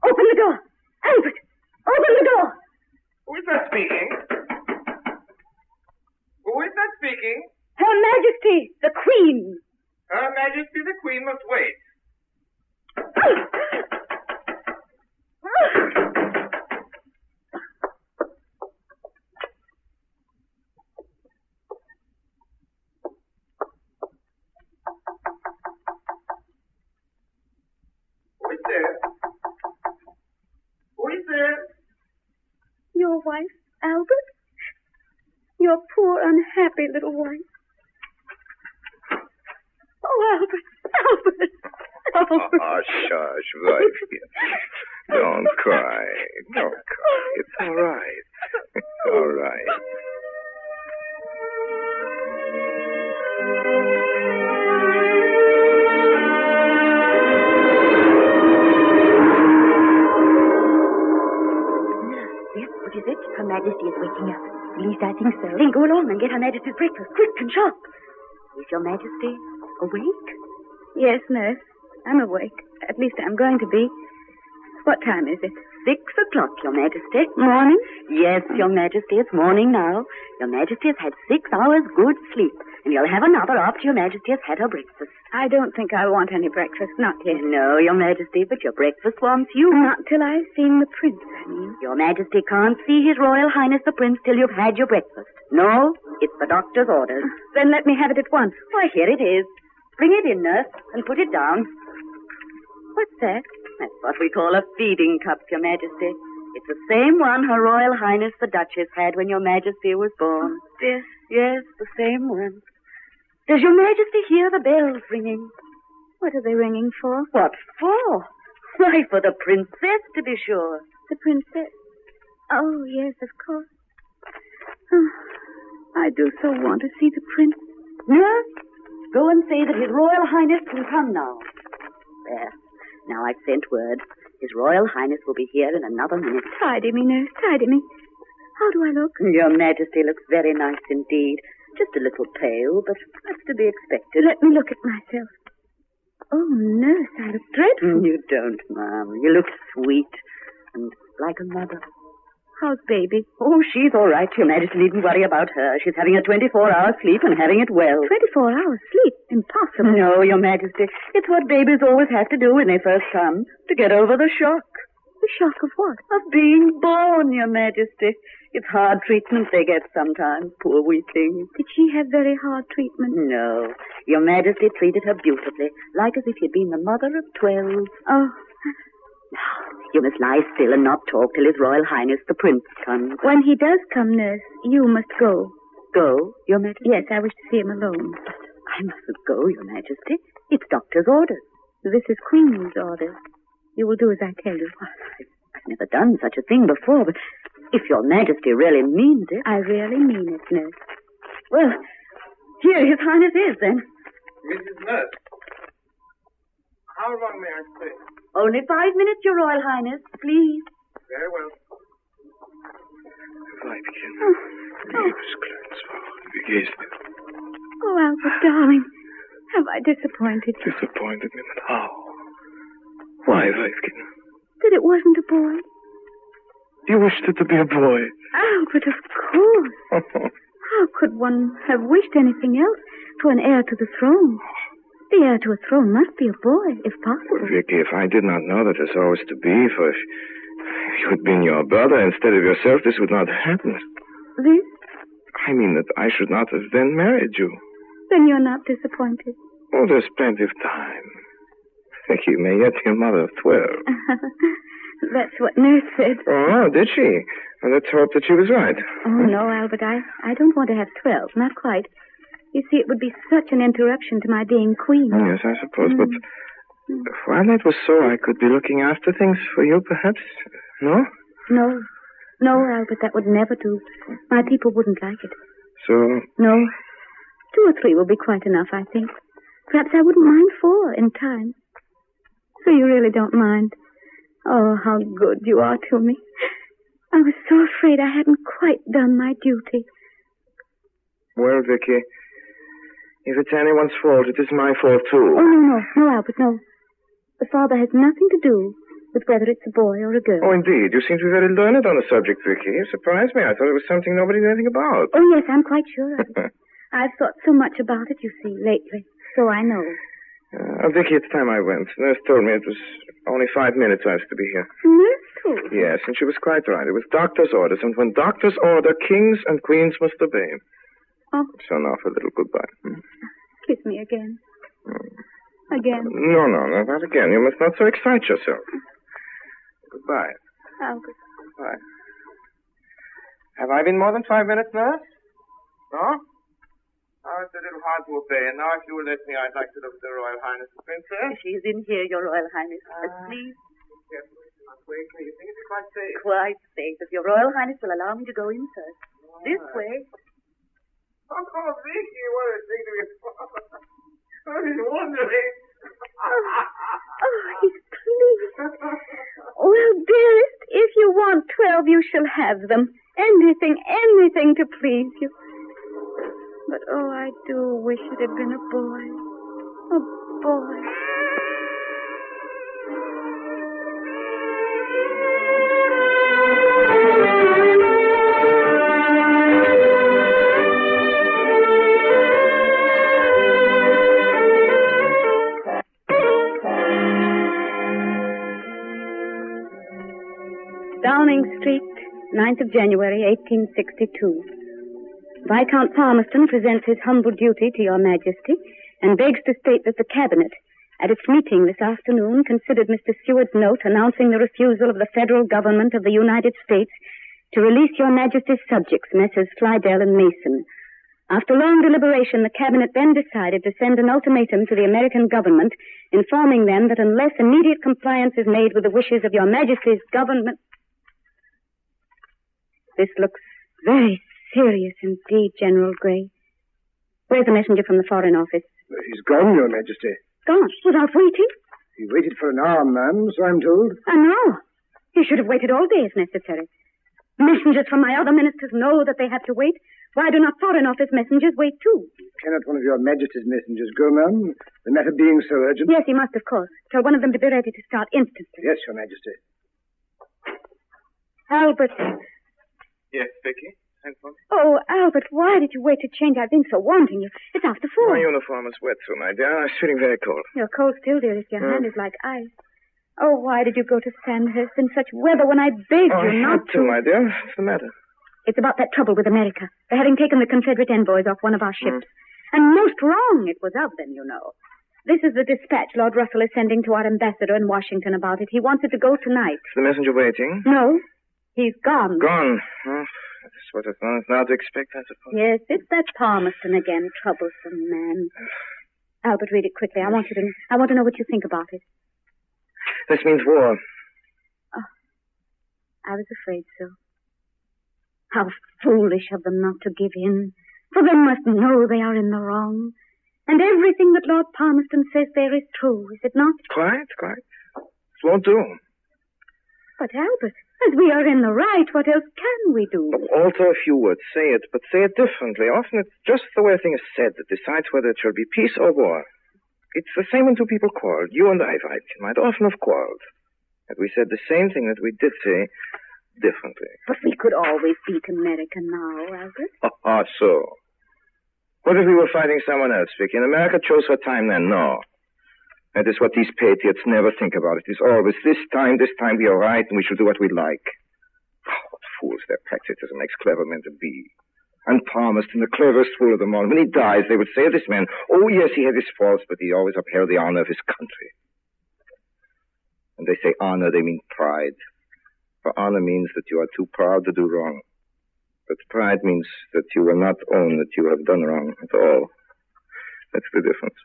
Speaker 8: Open the door! Albert! Open the door!
Speaker 3: Who is that speaking?
Speaker 8: Queen.
Speaker 4: Her Majesty the Queen must wait. Who is there? Who is there?
Speaker 8: Your wife, Albert? Your poor, unhappy little wife. Oh, Albert, Albert, Albert.
Speaker 3: Hush, hush, wife. Don't cry. Don't cry. It's all right. all right.
Speaker 11: Yes, what is it?
Speaker 7: Her Majesty is waking up. At least I think so. Then go along and get Her Majesty's breakfast, quick and sharp. Is Your Majesty awake?
Speaker 8: Yes, nurse. I'm awake. At least I'm going to be. What time is it?
Speaker 7: Six o'clock, Your Majesty.
Speaker 8: Morning?
Speaker 7: Yes, Your Majesty, it's morning now. Your Majesty has had six hours good sleep, and you'll have another after Your Majesty has had her breakfast.
Speaker 8: I don't think I want any breakfast, not yet.
Speaker 7: No, Your Majesty, but your breakfast wants you.
Speaker 8: Not till I've seen the prince, I mean.
Speaker 7: Your Majesty can't see His Royal Highness the Prince till you've had your breakfast. No, it's the doctor's orders.
Speaker 8: Then let me have it at once.
Speaker 7: Why, here it is. Bring it in, nurse, and put it down.
Speaker 8: What's that?
Speaker 7: That's what we call a feeding cup, Your Majesty. It's the same one Her Royal Highness the Duchess had when Your Majesty was born.
Speaker 8: Oh, Dear.
Speaker 7: Yes, the same one. Does Your Majesty hear the bells ringing?
Speaker 8: What are they ringing for?
Speaker 7: What for? Why, for the princess, to be sure.
Speaker 8: The princess? Oh, yes, of course. Oh, I do so want to see the prince.
Speaker 7: Nurse, go and say that His Royal Highness can come now. There. Now I've sent word. His Royal Highness will be here in another minute.
Speaker 8: Tidy me, nurse, tidy me. How do I look?
Speaker 7: Your Majesty looks very nice indeed. Just a little pale, but that's to be expected.
Speaker 8: Let me look at myself. Oh, nurse, I look dreadful.
Speaker 7: You don't, ma'am. You look sweet and like a mother.
Speaker 8: How's baby?
Speaker 7: Oh, she's all right. Your Majesty needn't worry about her. She's having a 24-hour sleep and having it well.
Speaker 8: 24-hour sleep? Impossible.
Speaker 7: No, Your Majesty. It's what babies always have to do when they first come, to get over the shock.
Speaker 8: The shock of what? Oh,
Speaker 7: Of being born, Your Majesty. It's hard treatment they get sometimes, poor wee things.
Speaker 8: Did she have very hard treatment?
Speaker 7: No. Your Majesty treated her beautifully, like as if she'd been the mother of twelve.
Speaker 8: Oh,
Speaker 7: you must lie still and not talk till His Royal Highness the Prince comes.
Speaker 8: When he does come, nurse, you must go.
Speaker 7: Go, Your Majesty?
Speaker 8: Yes, I wish to see him alone.
Speaker 7: But I mustn't go, Your Majesty. It's doctor's orders.
Speaker 8: This is Queen's orders. You will do as I tell you.
Speaker 7: I've never done such a thing before, but if Your Majesty really means it.
Speaker 8: I really mean it, nurse.
Speaker 7: Well, here His Highness is, then.
Speaker 4: Mrs. Nurse, how long may I stay?
Speaker 7: Only five minutes, Your Royal Highness, please.
Speaker 4: Very well.
Speaker 12: Weibchen, oh. liebes kleines Frauchen, wie geht's dir?
Speaker 8: Oh, Albert, darling, have I disappointed
Speaker 12: you? Disappointed me, but how? Why, Weibchen?
Speaker 8: That it wasn't a boy.
Speaker 12: You wished it to be a boy.
Speaker 8: Albert, of course. how could one have wished anything else for an heir to the throne? The heir to a throne must be a boy, if possible.
Speaker 3: Oh, Vicky, if I did not know that it's always to be, for if you had been your brother instead of yourself, this would not have happened.
Speaker 8: This?
Speaker 3: I mean that I should not have then married you.
Speaker 8: Then you're not disappointed.
Speaker 3: Oh, there's plenty of time. Vicky may yet be a mother of twelve.
Speaker 8: That's what Nurse said.
Speaker 3: Oh, did she? Well, let's hope that she was right.
Speaker 8: Oh, no, Albert, I, I don't want to have twelve, not quite. You see, it would be such an interruption to my being queen.
Speaker 3: Oh, yes, I suppose. Mm. But while that was so, I could be looking after things for you, perhaps. No?
Speaker 8: No. No, Albert, that would never do. My people wouldn't like it.
Speaker 3: So?
Speaker 8: No. Two or three will be quite enough, I think. Perhaps I wouldn't mind four in time. So you really don't mind. Oh, how good you are to me. I was so afraid I hadn't quite done my duty.
Speaker 3: Well, Vicky, if it's anyone's fault, it is my fault, too.
Speaker 8: Oh, no, no. No, Albert, no. The father has nothing to do with whether it's a boy or a girl.
Speaker 3: Oh, indeed. You seem to be very learned on the subject, Vicky. You surprised me. I thought it was something nobody knew anything about.
Speaker 8: Oh, yes, I'm quite sure of it. I've thought so much about it, you see, lately. So I know.
Speaker 3: Uh, Vicky, it's time I went. Nurse told me it was only five minutes I was to be here.
Speaker 8: Nurse told you?
Speaker 3: Yes, and she was quite right. It was doctor's orders, and when doctors order, kings and queens must obey.
Speaker 8: Oh,
Speaker 3: So now for a little goodbye. Hmm?
Speaker 8: kiss me again. Again.
Speaker 3: No, no, no, not again. You must not so excite yourself. Goodbye.
Speaker 8: Albert.
Speaker 3: Goodbye. Have I been more than five minutes, nurse?
Speaker 13: No? Oh, it's a little hard to obey. And now, if you will let me, I'd like to look at the Royal Highness the Princess.
Speaker 7: She's in here, Your Royal Highness. Asleep.
Speaker 13: Ah. Yes, not wake her. You think it's quite safe?
Speaker 7: Quite safe. If Your Royal Highness will allow me to go in first. This way.
Speaker 13: Ah. Oh, Vicky, what a thing to be... I was wondering.
Speaker 8: Oh, he's pleased. Well, dearest, if you want twelve, you shall have them. Anything, anything to please you. But oh, I do wish it had been a boy. A boy. Downing Street, 9th of January, 1862. Viscount Palmerston presents his humble duty to your majesty and begs to state that the cabinet, at its meeting this afternoon, considered Mr. Seward's note announcing the refusal of the federal government of the United States to release your majesty's subjects, Messrs. Slidell and Mason. After long deliberation, the cabinet then decided to send an ultimatum to the American government informing them that unless immediate compliance is made with the wishes of your majesty's government, this looks very serious indeed, General Gray. Where's the messenger from the Foreign Office?
Speaker 14: He's gone, Your Majesty.
Speaker 8: Gone, without waiting?
Speaker 14: He waited for an hour, ma'am, so I'm told.
Speaker 8: I know. He should have waited all day if necessary. Messengers from my other ministers know that they have to wait. Why do not Foreign Office messengers wait too?
Speaker 14: Cannot one of Your Majesty's messengers go, ma'am? The matter being so urgent.
Speaker 8: Yes, he must, of course. Tell one of them to be ready to start instantly.
Speaker 14: Yes, Your Majesty.
Speaker 8: Albert.
Speaker 13: Yes, Vicky. Send for me.
Speaker 8: Oh, Albert, why did you wait to change? I've been so wanting you. It's after four.
Speaker 3: My uniform is wet, so my dear. I'm feeling very cold.
Speaker 8: You're cold still, dearest. Your
Speaker 3: Hmm.
Speaker 8: hand is like ice. Oh, why did you go to Sandhurst in such weather when I begged
Speaker 3: oh,
Speaker 8: you
Speaker 3: I
Speaker 8: not
Speaker 3: had to, my dear. What's the matter?
Speaker 8: It's about that trouble with America. They're having taken the Confederate envoys off one of our ships.
Speaker 3: Hmm.
Speaker 8: And most wrong it was of them, you know. This is the dispatch Lord Russell is sending to our ambassador in Washington about it. He wants it to go tonight.
Speaker 3: Is the messenger waiting?
Speaker 8: No, he's gone.
Speaker 3: Gone. Oh, that's what I thought. Now to expect, I suppose.
Speaker 8: Yes, it's that Palmerston again, troublesome man. Albert, read it quickly. I want you to. I want to know what you think about it.
Speaker 3: This means war.
Speaker 8: I was afraid so. How foolish of them not to give in, for they must know they are in the wrong. And everything that Lord Palmerston says there is true, is it not?
Speaker 3: Quiet, quiet. This won't do.
Speaker 8: But Albert, as we are in the right, what else can we do?
Speaker 3: Alter a few words, say it, but say it differently. Often it's just the way a thing is said that decides whether it shall be peace or war. It's the same when two people quarreled. You and I, Weidchen, might often have quarreled. Had we said the same thing that we did say differently.
Speaker 8: But we could always beat America now, Albert.
Speaker 3: Ha ha, Uh, so. What if we were fighting someone else, Vicky? And America chose her time then? No. That is what these patriots never think about. It is always this time, this time we are right, and we shall do what we like. Oh, what fools their patriotism makes clever men to be. And Palmerston, the cleverest fool of them all, when he dies, they would say of this man, oh, yes, he had his faults, but he always upheld the honor of his country. And they say honor, they mean pride. For honor means that you are too proud to do wrong. But pride means that you will not own that you have done wrong at all. That's the difference.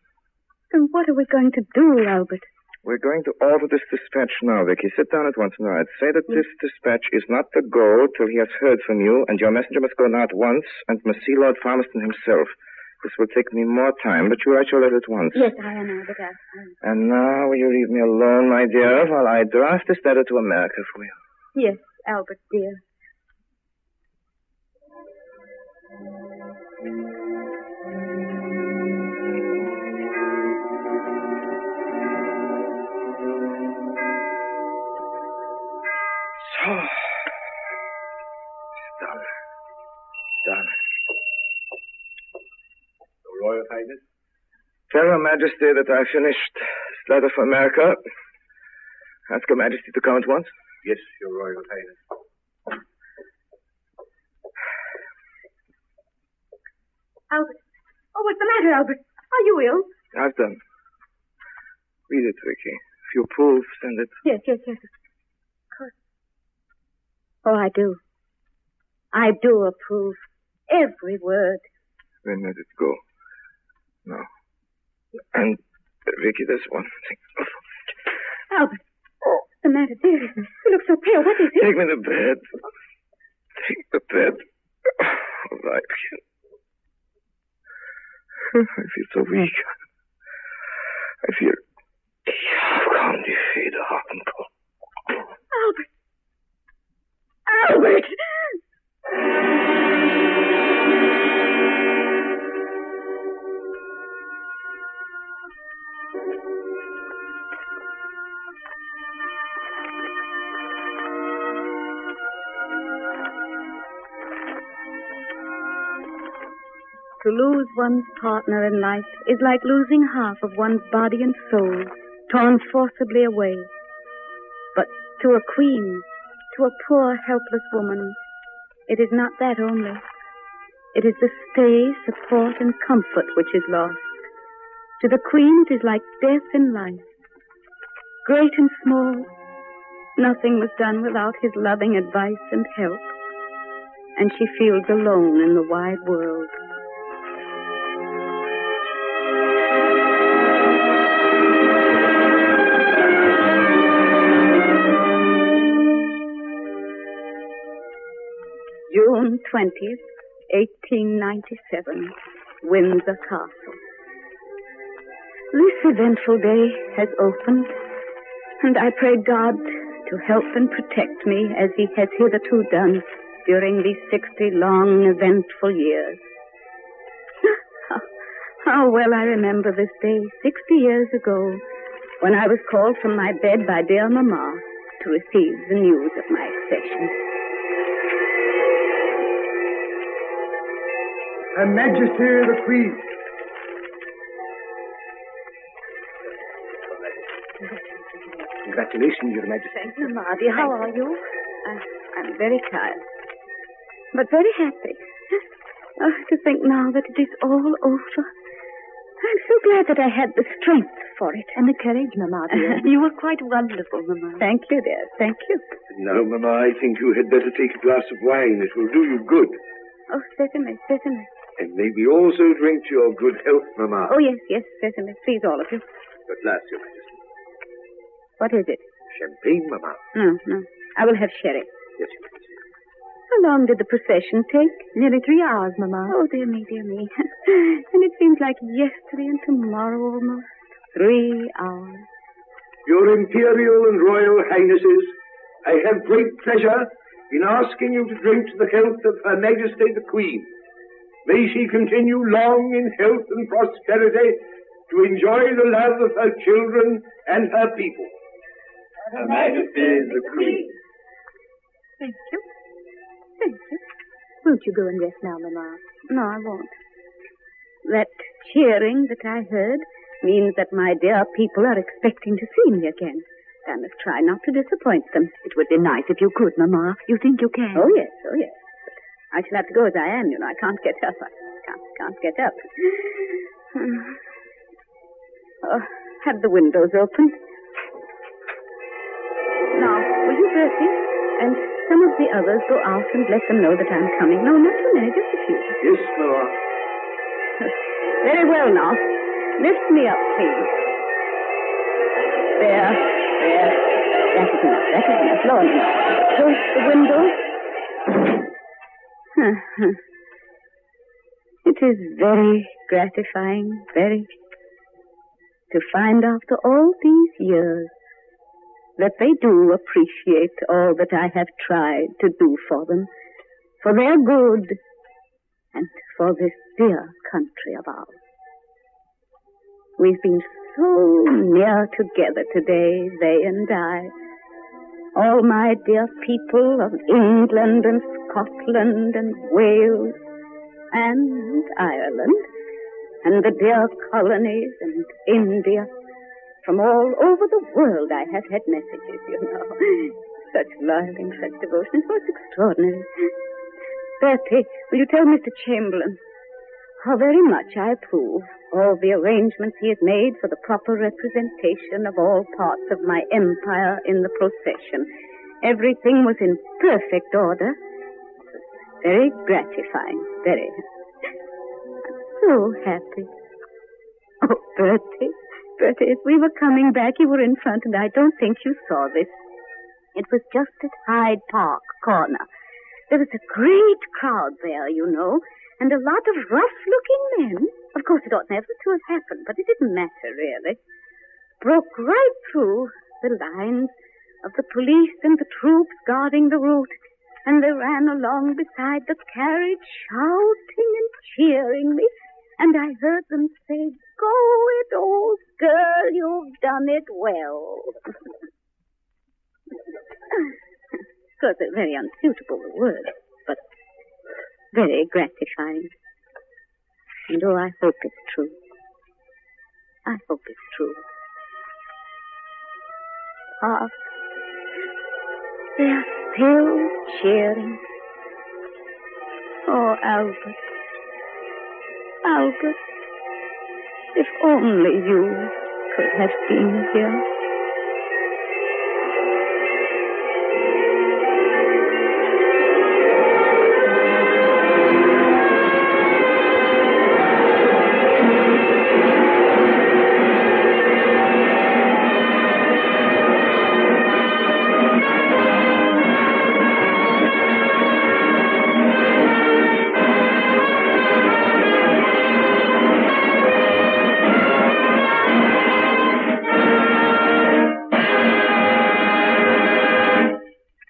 Speaker 8: Then what are we going to do, Albert?
Speaker 3: We're going to alter this dispatch now, Vicky. Sit down at once and write. Say that this dispatch is not to go till he has heard from you, and your messenger must go now at once and must see Lord Palmerston himself. This will take me more time, but you write your letter at once.
Speaker 8: Yes, I am, Albert. I, I...
Speaker 3: And now will you leave me alone, my dear, while I draft this letter to America for you?
Speaker 8: Yes, Albert, dear.
Speaker 3: So. It's done. Done.
Speaker 4: Royal Highness,
Speaker 3: Tell Your Majesty that I finished this letter for America. Ask Your Majesty to come at once.
Speaker 4: Yes, Your Royal Highness.
Speaker 10: Albert. Oh, what's the matter, Albert? Are you ill?
Speaker 3: I've done. Read it, Vicky. If you approve, send it.
Speaker 8: Yes, yes, yes. Oh, I do. I do approve every word.
Speaker 3: Then let it go. No. And, uh, Vicky, there's one thing.
Speaker 8: Albert. oh, What's the matter, dear? You look so pale. What is it?
Speaker 3: Take me to bed. Take the bed. All right, Vicky. I feel so weak. I feel. Come, die Feder, Uncle.
Speaker 10: Albert. Albert!
Speaker 8: To lose one's partner in life is like losing half of one's body and soul, torn forcibly away. But to a queen, to a poor, helpless woman, it is not that only. It is the stay, support, and comfort which is lost. To the queen, it is like death in life. Great and small, nothing was done without his loving advice and help. And she feels alone in the wide world. June 20th, 1897, Windsor Castle. This eventful day has opened, and I pray God to help and protect me as He has hitherto done during these 60 long, eventful years. How- How well I remember this day 60 years ago when I was called from my bed by dear Mamma to receive the news of my accession.
Speaker 14: Her Majesty the Queen. Congratulations, Your Majesty.
Speaker 7: Thank you, Marty. How are you?
Speaker 8: I'm very tired, but very happy. Oh, to think now that it is all over. I'm so glad that I had the strength for it.
Speaker 15: And the courage, Mamma, dear. you were quite wonderful, Mamma.
Speaker 8: Thank you, dear. Thank you.
Speaker 9: Now, Mamma, I think you had better take a glass of wine. It will do you good.
Speaker 8: Oh, certainly, certainly.
Speaker 9: And may we also drink to your good health, Mamma.
Speaker 8: Oh, yes, yes, certainly. Please, all of you.
Speaker 9: But last, Your Majesty.
Speaker 8: What is it?
Speaker 9: Champagne, Mamma.
Speaker 8: No, no. Mm, I will have sherry.
Speaker 9: Yes, Your Majesty.
Speaker 8: How long did the procession take?
Speaker 15: Nearly three hours, Mamma.
Speaker 8: Oh, dear me, dear me. and it seems like yesterday and tomorrow almost. Three hours.
Speaker 9: Your Imperial and Royal Highnesses, I have great pleasure in asking you to drink to the health of Her Majesty the Queen. May she continue long in health and prosperity to enjoy the love of her children and her people. Her Majesty the Queen.
Speaker 8: Thank you. Thank you. Won't you go and rest now, Mamma? No, I won't. That cheering that I heard means that my dear people are expecting to see me again. I must try not to disappoint them.
Speaker 15: It would be nice if you could, Mamma. You think you can?
Speaker 8: Oh, yes, oh, yes. But I shall have to go as I am, you know. I can't get up. I can't, can't get up. Hmm. Oh, have the windows open. Now, will you, Bertie, and some of the others go out and let them know that I'm coming? No, not too many, just a few.
Speaker 9: Yes, Mamma.
Speaker 8: Very well now. Lift me up, please. There, there. That is enough. That is enough. Lower me. Close the window. Uh-huh. it is very gratifying, very, to find after all these years that they do appreciate all that I have tried to do for them, for their good, and for this dear country of ours. We've been so near together today, they and I. All my dear people of England and Scotland and Wales and Ireland and the dear colonies and India. From all over the world I have had messages, you know. Such love and such devotion. It was extraordinary. Bertie, will you tell Mr. Chamberlain how very much I approve all the arrangements he has made for the proper representation of all parts of my empire in the procession. Everything was in perfect order. It was very gratifying, very. So happy. Oh, Bertie, Bertie, as we were coming back, you were in front, and I don't think you saw this. It was just at Hyde Park Corner. There was a great crowd there, you know, and a lot of rough-looking men. Of course, it ought never to have happened, but it didn't matter, really. Broke right through the lines of the police and the troops guarding the route, and they ran along beside the carriage, shouting and cheering me, and I heard them say, Go it, old girl, you've done it well. of course, it's very unsuitable, the word, but very gratifying. And oh, I hope it's true. I hope it's true. Ah, they are still cheering. Oh, Albert, Albert, if only you could have been here.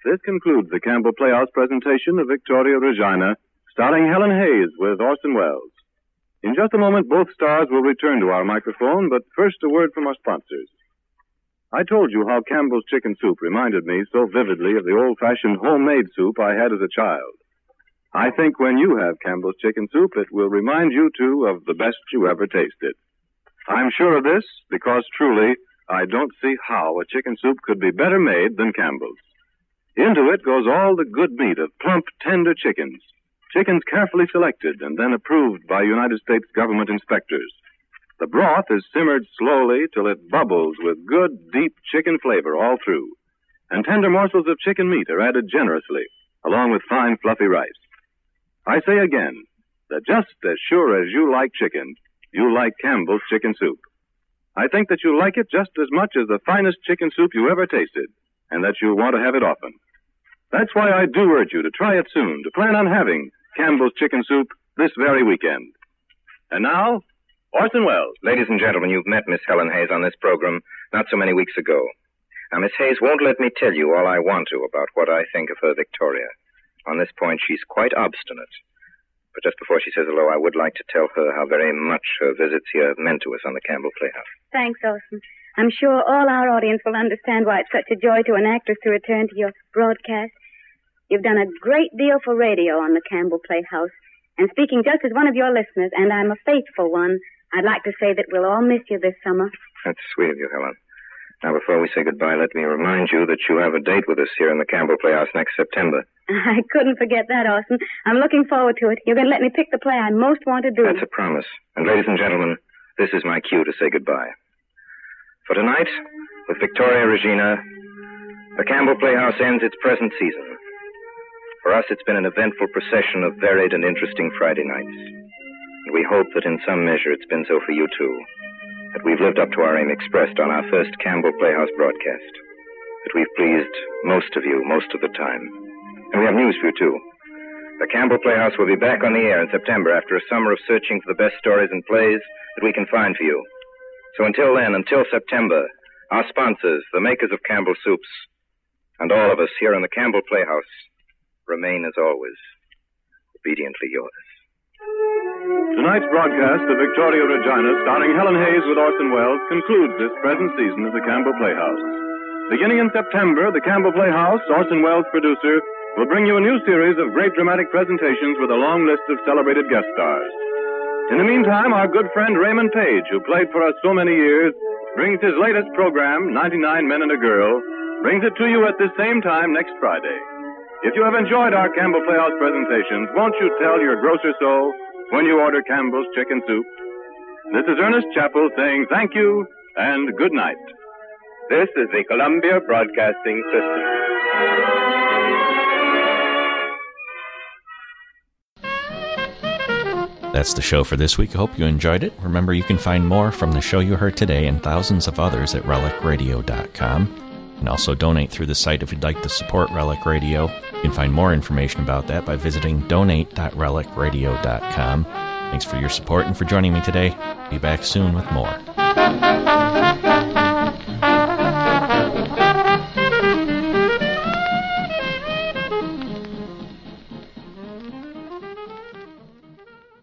Speaker 2: This concludes the Campbell Playhouse presentation of Victoria Regina, starring Helen Hayes with Orson Welles. In just a moment, both stars will return to our microphone, but first a word from our sponsors. I told you how Campbell's chicken soup reminded me so vividly of the old fashioned homemade soup I had as a child. I think when you have Campbell's chicken soup, it will remind you, too, of the best you ever tasted. I'm sure of this because truly, I don't see how a chicken soup could be better made than Campbell's. Into it goes all the good meat of plump, tender chickens. Chickens carefully selected and then approved by United States government inspectors. The broth is simmered slowly till it bubbles with good, deep chicken flavor all through. And tender morsels of chicken meat are added generously, along with fine, fluffy rice. I say again that just as sure as you like chicken, you like Campbell's chicken soup. I think that you'll like it just as much as the finest chicken soup you ever tasted, and that you'll want to have it often. That's why I do urge you to try it soon, to plan on having Campbell's chicken soup this very weekend. And now, Orson Welles.
Speaker 3: Ladies and gentlemen, you've met Miss Helen Hayes on this program not so many weeks ago. Now, Miss Hayes won't let me tell you all I want to about what I think of her Victoria. On this point, she's quite obstinate. But just before she says hello, I would like to tell her how very much her visits here have meant to us on the Campbell Playhouse.
Speaker 8: Thanks, Orson. I'm sure all our audience will understand why it's such a joy to an actress to return to your broadcast. You've done a great deal for radio on the Campbell Playhouse. And speaking just as one of your listeners, and I'm a faithful one, I'd like to say that we'll all miss you this summer.
Speaker 3: That's sweet of you, Helen. Now, before we say goodbye, let me remind you that you have a date with us here in the Campbell Playhouse next September.
Speaker 8: I couldn't forget that, Orson. I'm looking forward to it. You're going to let me pick the play I most want to do.
Speaker 3: That's a promise. And, ladies and gentlemen, this is my cue to say goodbye. For tonight, with Victoria Regina, the Campbell Playhouse ends its present season. For us, it's been an eventful procession of varied and interesting Friday nights. And we hope that in some measure it's been so for you too. That we've lived up to our aim expressed on our first Campbell Playhouse broadcast. That we've pleased most of you most of the time. And we have news for you too. The Campbell Playhouse will be back on the air in September after a summer of searching for the best stories and plays that we can find for you. So until then, until September, our sponsors, the makers of Campbell Soups, and all of us here in the Campbell Playhouse remain, as always, obediently yours.
Speaker 2: Tonight's broadcast of Victoria Regina, starring Helen Hayes with Orson Welles, concludes this present season of the Campbell Playhouse. Beginning in September, the Campbell Playhouse, Orson Welles producer, will bring you a new series of great dramatic presentations with a long list of celebrated guest stars. In the meantime, our good friend Raymond Page, who played for us so many years, brings his latest program, 99 Men and a Girl, brings it to you at this same time next Friday. If you have enjoyed our Campbell Playhouse presentations, won't you tell your grocer so when you order Campbell's chicken soup? This is Ernest Chappell saying thank you and good night.
Speaker 16: This is the Columbia Broadcasting System.
Speaker 1: That's the show for this week. I hope you enjoyed it. Remember, you can find more from the show you heard today and thousands of others at relicradio.com. And also donate through the site if you'd like to support Relic Radio. You can find more information about that by visiting donate.relicradio.com. Thanks for your support and for joining me today. Be back soon with more.